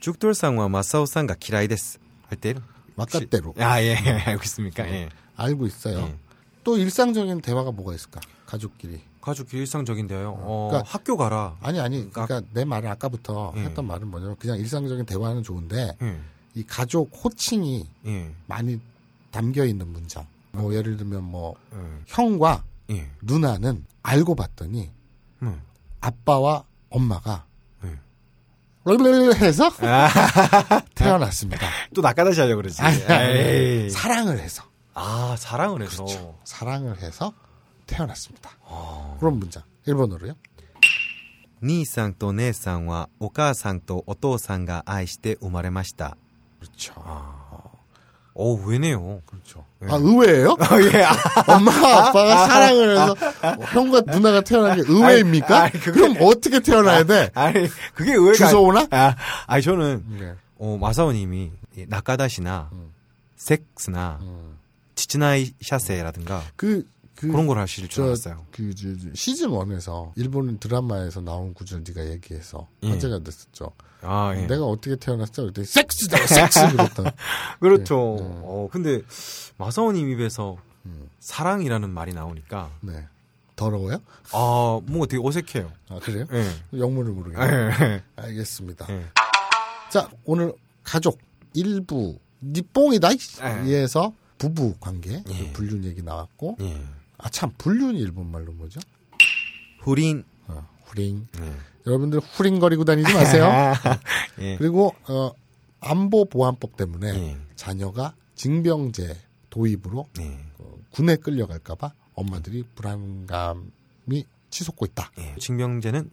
Speaker 2: 죽돌상과 마사오상가 嫌いです. 할때
Speaker 4: 막갓대로
Speaker 2: 아, 예. 알고 있습니까? 예.
Speaker 4: 알고 있어요.
Speaker 2: 예.
Speaker 4: 또 일상적인 대화가 뭐가 있을까? 가족끼리.
Speaker 2: 가족 일상적인데요. 어,
Speaker 4: 그러니까-
Speaker 2: 학교 가라.
Speaker 4: 아니 아니. 그러니까 내 말은 아까부터
Speaker 2: 예.
Speaker 4: 했던 말은 뭐냐면 그냥 일상적인 대화는 좋은데
Speaker 2: 예.
Speaker 4: 이 가족 호칭이
Speaker 2: 예.
Speaker 4: 많이 담겨 있는 문장. 뭐 예를 들면 뭐
Speaker 2: 예.
Speaker 4: 형과
Speaker 2: 예.
Speaker 4: 누나는 알고 봤더니
Speaker 2: 음.
Speaker 4: 아빠와 엄마가
Speaker 2: 예.
Speaker 4: 롤롤 해서 태어났습니다.
Speaker 2: 또 낚아다시 하려고 그러지.
Speaker 4: 아니, 아니,
Speaker 2: 아. 에이.
Speaker 4: 사랑을 해서
Speaker 2: 아, 사랑을 해서.
Speaker 4: 사랑을 해서 태어났습니다. 그런 문장 일본어로요.
Speaker 2: 兄さんと姉さんはお母さんとお父さんが愛して生まれました.
Speaker 4: 그렇죠.
Speaker 2: 어, 왜네요.
Speaker 4: 그렇죠. 아 의외예요?
Speaker 2: 예.
Speaker 4: 엄마와 아빠가 사랑을 해서 형과 누나가 태어난 게 의외입니까?
Speaker 2: 아니, 그게-
Speaker 4: 그럼 어떻게 태어나야 돼?
Speaker 2: 아니, 그게 의외가.
Speaker 4: 주소 오나?
Speaker 2: 아, 아니, 저는,
Speaker 4: 네.
Speaker 2: 어, 마사오님이, 이 나카다시나,
Speaker 4: 음.
Speaker 2: 섹스나,
Speaker 4: 음.
Speaker 2: 지치나이 샤세라든가,
Speaker 4: 그, 그
Speaker 2: 그런 걸 하실 줄
Speaker 4: 저-
Speaker 2: 알았어요.
Speaker 4: 그 저- 저 시즌 1에서 일본 드라마에서 나온 구절 네가 얘기해서
Speaker 2: 예.
Speaker 4: 화제가 됐었죠.
Speaker 2: 아, 예.
Speaker 4: 내가 어떻게 태어났어? 그랬더니 섹스다, 섹스 그랬다.
Speaker 2: 그렇죠.
Speaker 4: 네, 네.
Speaker 2: 어, 근데, 마사오님 입에서,
Speaker 4: 음.
Speaker 2: 사랑이라는 말이 나오니까,
Speaker 4: 네, 더러워요?
Speaker 2: 아, 뭔가 되게 어색해요.
Speaker 4: 아 그래요?
Speaker 2: 예.
Speaker 4: 영문을
Speaker 2: 예,
Speaker 4: 모르겠네.
Speaker 2: 예.
Speaker 4: 알겠습니다.
Speaker 2: 예.
Speaker 4: 자, 오늘 가족 일부 니뽕이다
Speaker 2: 예.
Speaker 4: 에서 부부 관계 그
Speaker 2: 예.
Speaker 4: 불륜 얘기 나왔고
Speaker 2: 예.
Speaker 4: 아 참 불륜이 일본 말로 뭐죠?
Speaker 2: 후린.
Speaker 4: 어, 후링
Speaker 2: 예.
Speaker 4: 여러분들 후링거리고 다니지 마세요.
Speaker 2: 예.
Speaker 4: 그리고 어, 안보 보안법 때문에
Speaker 2: 예.
Speaker 4: 자녀가 징병제 도입으로
Speaker 2: 예.
Speaker 4: 어, 군에 끌려갈까봐 엄마들이 불안감이 치솟고 있다.
Speaker 2: 예. 징병제는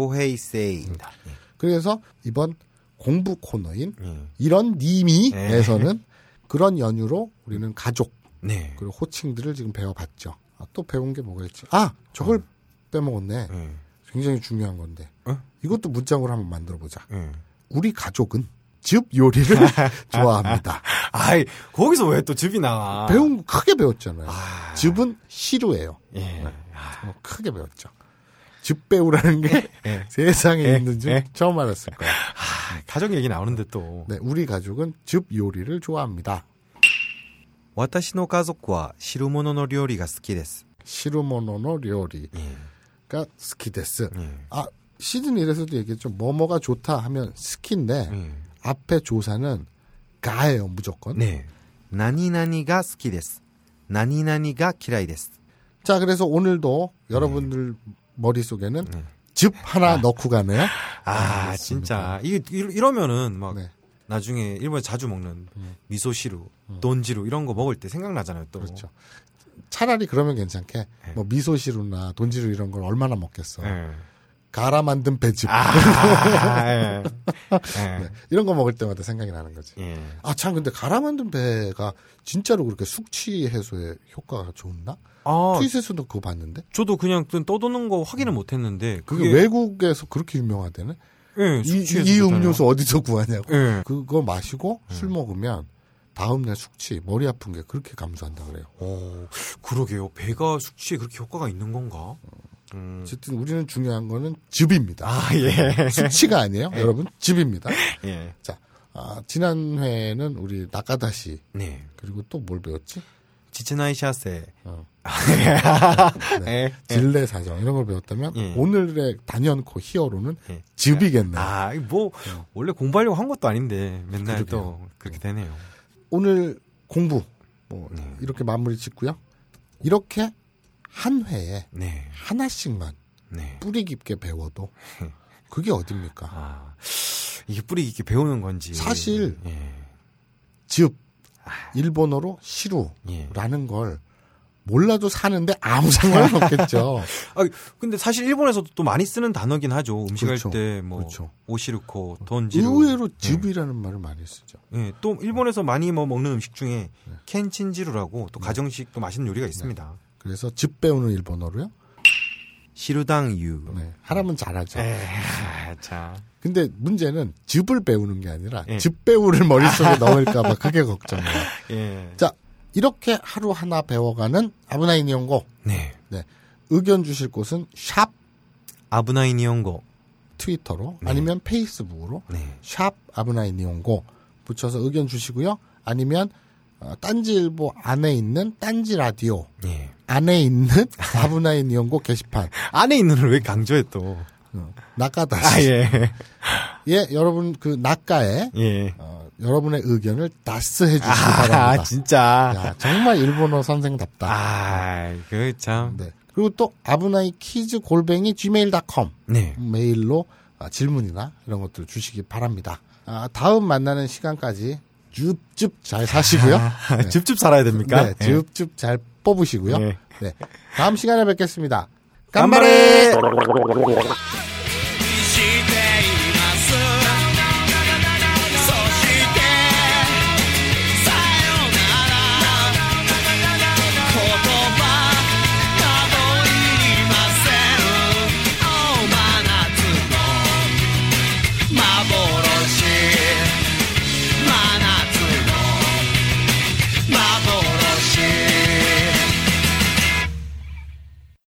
Speaker 2: 조헤이세이입니다.
Speaker 4: 그래서 이번 공부 코너인
Speaker 2: 예. 예.
Speaker 4: 이런
Speaker 2: 네.
Speaker 4: 님이에서는 그런 연유로 우리는 가족
Speaker 2: 네.
Speaker 4: 그리고 호칭들을 지금 배워봤죠. 아, 또 배운 게 뭐가 있지? 아 저걸 빼먹었네.
Speaker 2: 예.
Speaker 4: 굉장히 중요한 건데
Speaker 2: 어?
Speaker 4: 이것도 문장으로 한번 만들어 보자.
Speaker 2: 예.
Speaker 4: 우리 가족은 즙 요리를 좋아합니다.
Speaker 2: 아이, 거기서 왜 또 즙이 나와?
Speaker 4: 배운 거 크게 배웠잖아요.
Speaker 2: 아.
Speaker 4: 즙은 시루예요.
Speaker 2: 예.
Speaker 4: 어, 크게 배웠죠. 즙 배우라는 게
Speaker 2: 예.
Speaker 4: 세상에
Speaker 2: 예.
Speaker 4: 있는 줄
Speaker 2: 예.
Speaker 4: 처음 알았을 거야.
Speaker 2: 가족 얘기 나오는데 또.
Speaker 4: 네, 우리 가족은 즙 요리를 좋아합니다.
Speaker 2: 私の家族は汁物の料理が好きです。
Speaker 4: 시루모노노 요리가 그러니까
Speaker 2: 예.
Speaker 4: 스키데스.
Speaker 2: 예.
Speaker 4: 아, 시즌 1에서도 얘기했죠. 뭐뭐가 좋다 하면 스키인데
Speaker 2: 예.
Speaker 4: 앞에 조사는 가예요, 무조건.
Speaker 2: 네. 何々が好きです。何々が嫌いです。
Speaker 4: 자, 그래서 오늘도
Speaker 2: 네.
Speaker 4: 여러분들 머릿속에는 즙 하나 넣고 가네요.
Speaker 2: 아, 진짜. 이게 이- 이러면은 막
Speaker 4: 네.
Speaker 2: 나중에 일본에 자주 먹는 미소시루, 돈지루 이런 거 먹을 때 생각나잖아요, 또.
Speaker 4: 그렇죠. 차라리 그러면 괜찮게
Speaker 2: 네.
Speaker 4: 뭐 미소시루나 돈지루 이런 걸 얼마나 먹겠어.
Speaker 2: 예.
Speaker 4: 갈아 만든 배즙
Speaker 2: 아, 예. 예.
Speaker 4: 네. 이런 거 먹을 때마다 생각이 나는 거지.
Speaker 2: 예.
Speaker 4: 아 참 근데 갈아 만든 배가 진짜로 그렇게 숙취 해소에 효과가 좋나?
Speaker 2: 아,
Speaker 4: 트윗에서도 그거 봤는데
Speaker 2: 저도 그냥 또 떠도는 거 확인을 못 했는데
Speaker 4: 음. 그게 외국에서 그렇게 유명하대는
Speaker 2: 예,
Speaker 4: 이,
Speaker 2: 숙취해서
Speaker 4: 이
Speaker 2: 좋잖아요.
Speaker 4: 음료수 어디서 구하냐고
Speaker 2: 예.
Speaker 4: 그거 마시고 술 먹으면 다음날 숙취 머리 아픈 게 그렇게 감소한다 그래요.
Speaker 2: 오, 어, 그러게요. 배가 숙취에 그렇게 효과가 있는 건가? 음.
Speaker 4: 어쨌든 우리는 중요한 거는 즙입니다.
Speaker 2: 아, 예.
Speaker 4: 숙취가 아니에요, 여러분 즙입니다.
Speaker 2: 예.
Speaker 4: 자 아, 지난 회는 우리 나카다 시
Speaker 2: 네.
Speaker 4: 그리고 또 뭘 배웠지?
Speaker 2: 지체나이 샤세.
Speaker 4: 어. 네.
Speaker 2: 예.
Speaker 4: 딜레 사정 이런 걸 배웠다면
Speaker 2: 예.
Speaker 4: 오늘의 단연코 히어로는
Speaker 2: 예.
Speaker 4: 즙이겠네. 요
Speaker 2: 아, 뭐 원래 공부하려고 한 것도 아닌데 맨날 또
Speaker 4: 그러게요.
Speaker 2: 그렇게 되네요.
Speaker 4: 오늘 공부 뭐
Speaker 2: 네.
Speaker 4: 이렇게 마무리 짓고요. 이렇게 한 회에
Speaker 2: 네.
Speaker 4: 하나씩만
Speaker 2: 네.
Speaker 4: 뿌리 깊게 배워도 그게 어딥니까?
Speaker 2: 아. 이게 뿌리 깊게 배우는 건지.
Speaker 4: 사실-
Speaker 2: 예.
Speaker 4: 즙
Speaker 2: 아.
Speaker 4: 일본어로 시루라는
Speaker 2: 예.
Speaker 4: 걸 몰라도 사는데 아무 상관은 없겠죠.
Speaker 2: 아, 근데 사실 일본에서도 또 많이 쓰는 단어긴 하죠. 음식할
Speaker 4: 그렇죠.
Speaker 2: 때 뭐
Speaker 4: 그렇죠.
Speaker 2: 오시루코, 돈지루. 네.
Speaker 4: 의외로 즙이라는 말을 많이 쓰죠.
Speaker 2: 예, 또 일본에서 많이 뭐 먹는 음식 중에 켄친지루라고 또 가정식 또 맛있는 요리가 있습니다.
Speaker 4: 그래서 즙 배우는 일본어로요.
Speaker 2: 시루당유.
Speaker 4: 네, 하라면 잘하죠.
Speaker 2: 에, 자.
Speaker 4: 근데 문제는 즙을 배우는 게 아니라
Speaker 2: 예.
Speaker 4: 즙 배우를 머릿속에 넣을까봐 그게 걱정이에요.
Speaker 2: 예.
Speaker 4: 자, 이렇게 하루 하나 배워가는 아브나인 연고.
Speaker 2: 네.
Speaker 4: 네. 의견 주실 곳은 샵
Speaker 2: 아브나이 니온고.
Speaker 4: 트위터로 아니면 페이스북으로
Speaker 2: 네.
Speaker 4: 샵 아브나인 이용고 붙여서 의견 주시고요. 아니면 어, 딴지일보 안에 있는 딴지 라디오
Speaker 2: 예.
Speaker 4: 안에 있는 아브나인 이용고 게시판
Speaker 2: 안에 있는 걸 왜 강조해 또?
Speaker 4: 어, 낙가다시
Speaker 2: 아
Speaker 4: 예.
Speaker 2: 예.
Speaker 4: 여러분 그 낙가에
Speaker 2: 예.
Speaker 4: 어, 여러분의 의견을 다스해 주시기
Speaker 2: 아,
Speaker 4: 바랍니다.
Speaker 2: 진짜.
Speaker 4: 야, 정말 일본어 선생답다.
Speaker 2: 아, 그 참.
Speaker 4: 네. 그리고 또 아브나이 키즈 골뱅이 gmail.com
Speaker 2: 네.
Speaker 4: 메일로 아, 질문이나 이런 것들 주시기 바랍니다. 아, 다음 만나는 시간까지 줍줍 잘 사시고요. 네.
Speaker 2: 줍줍 살아야 그러니까? 됩니까?
Speaker 4: 네, 줍줍 잘 뽑으시고요.
Speaker 2: 예.
Speaker 4: 네. 다음 시간에 뵙겠습니다.
Speaker 2: 깜바레!
Speaker 4: 깜바레!
Speaker 3: 깜바레!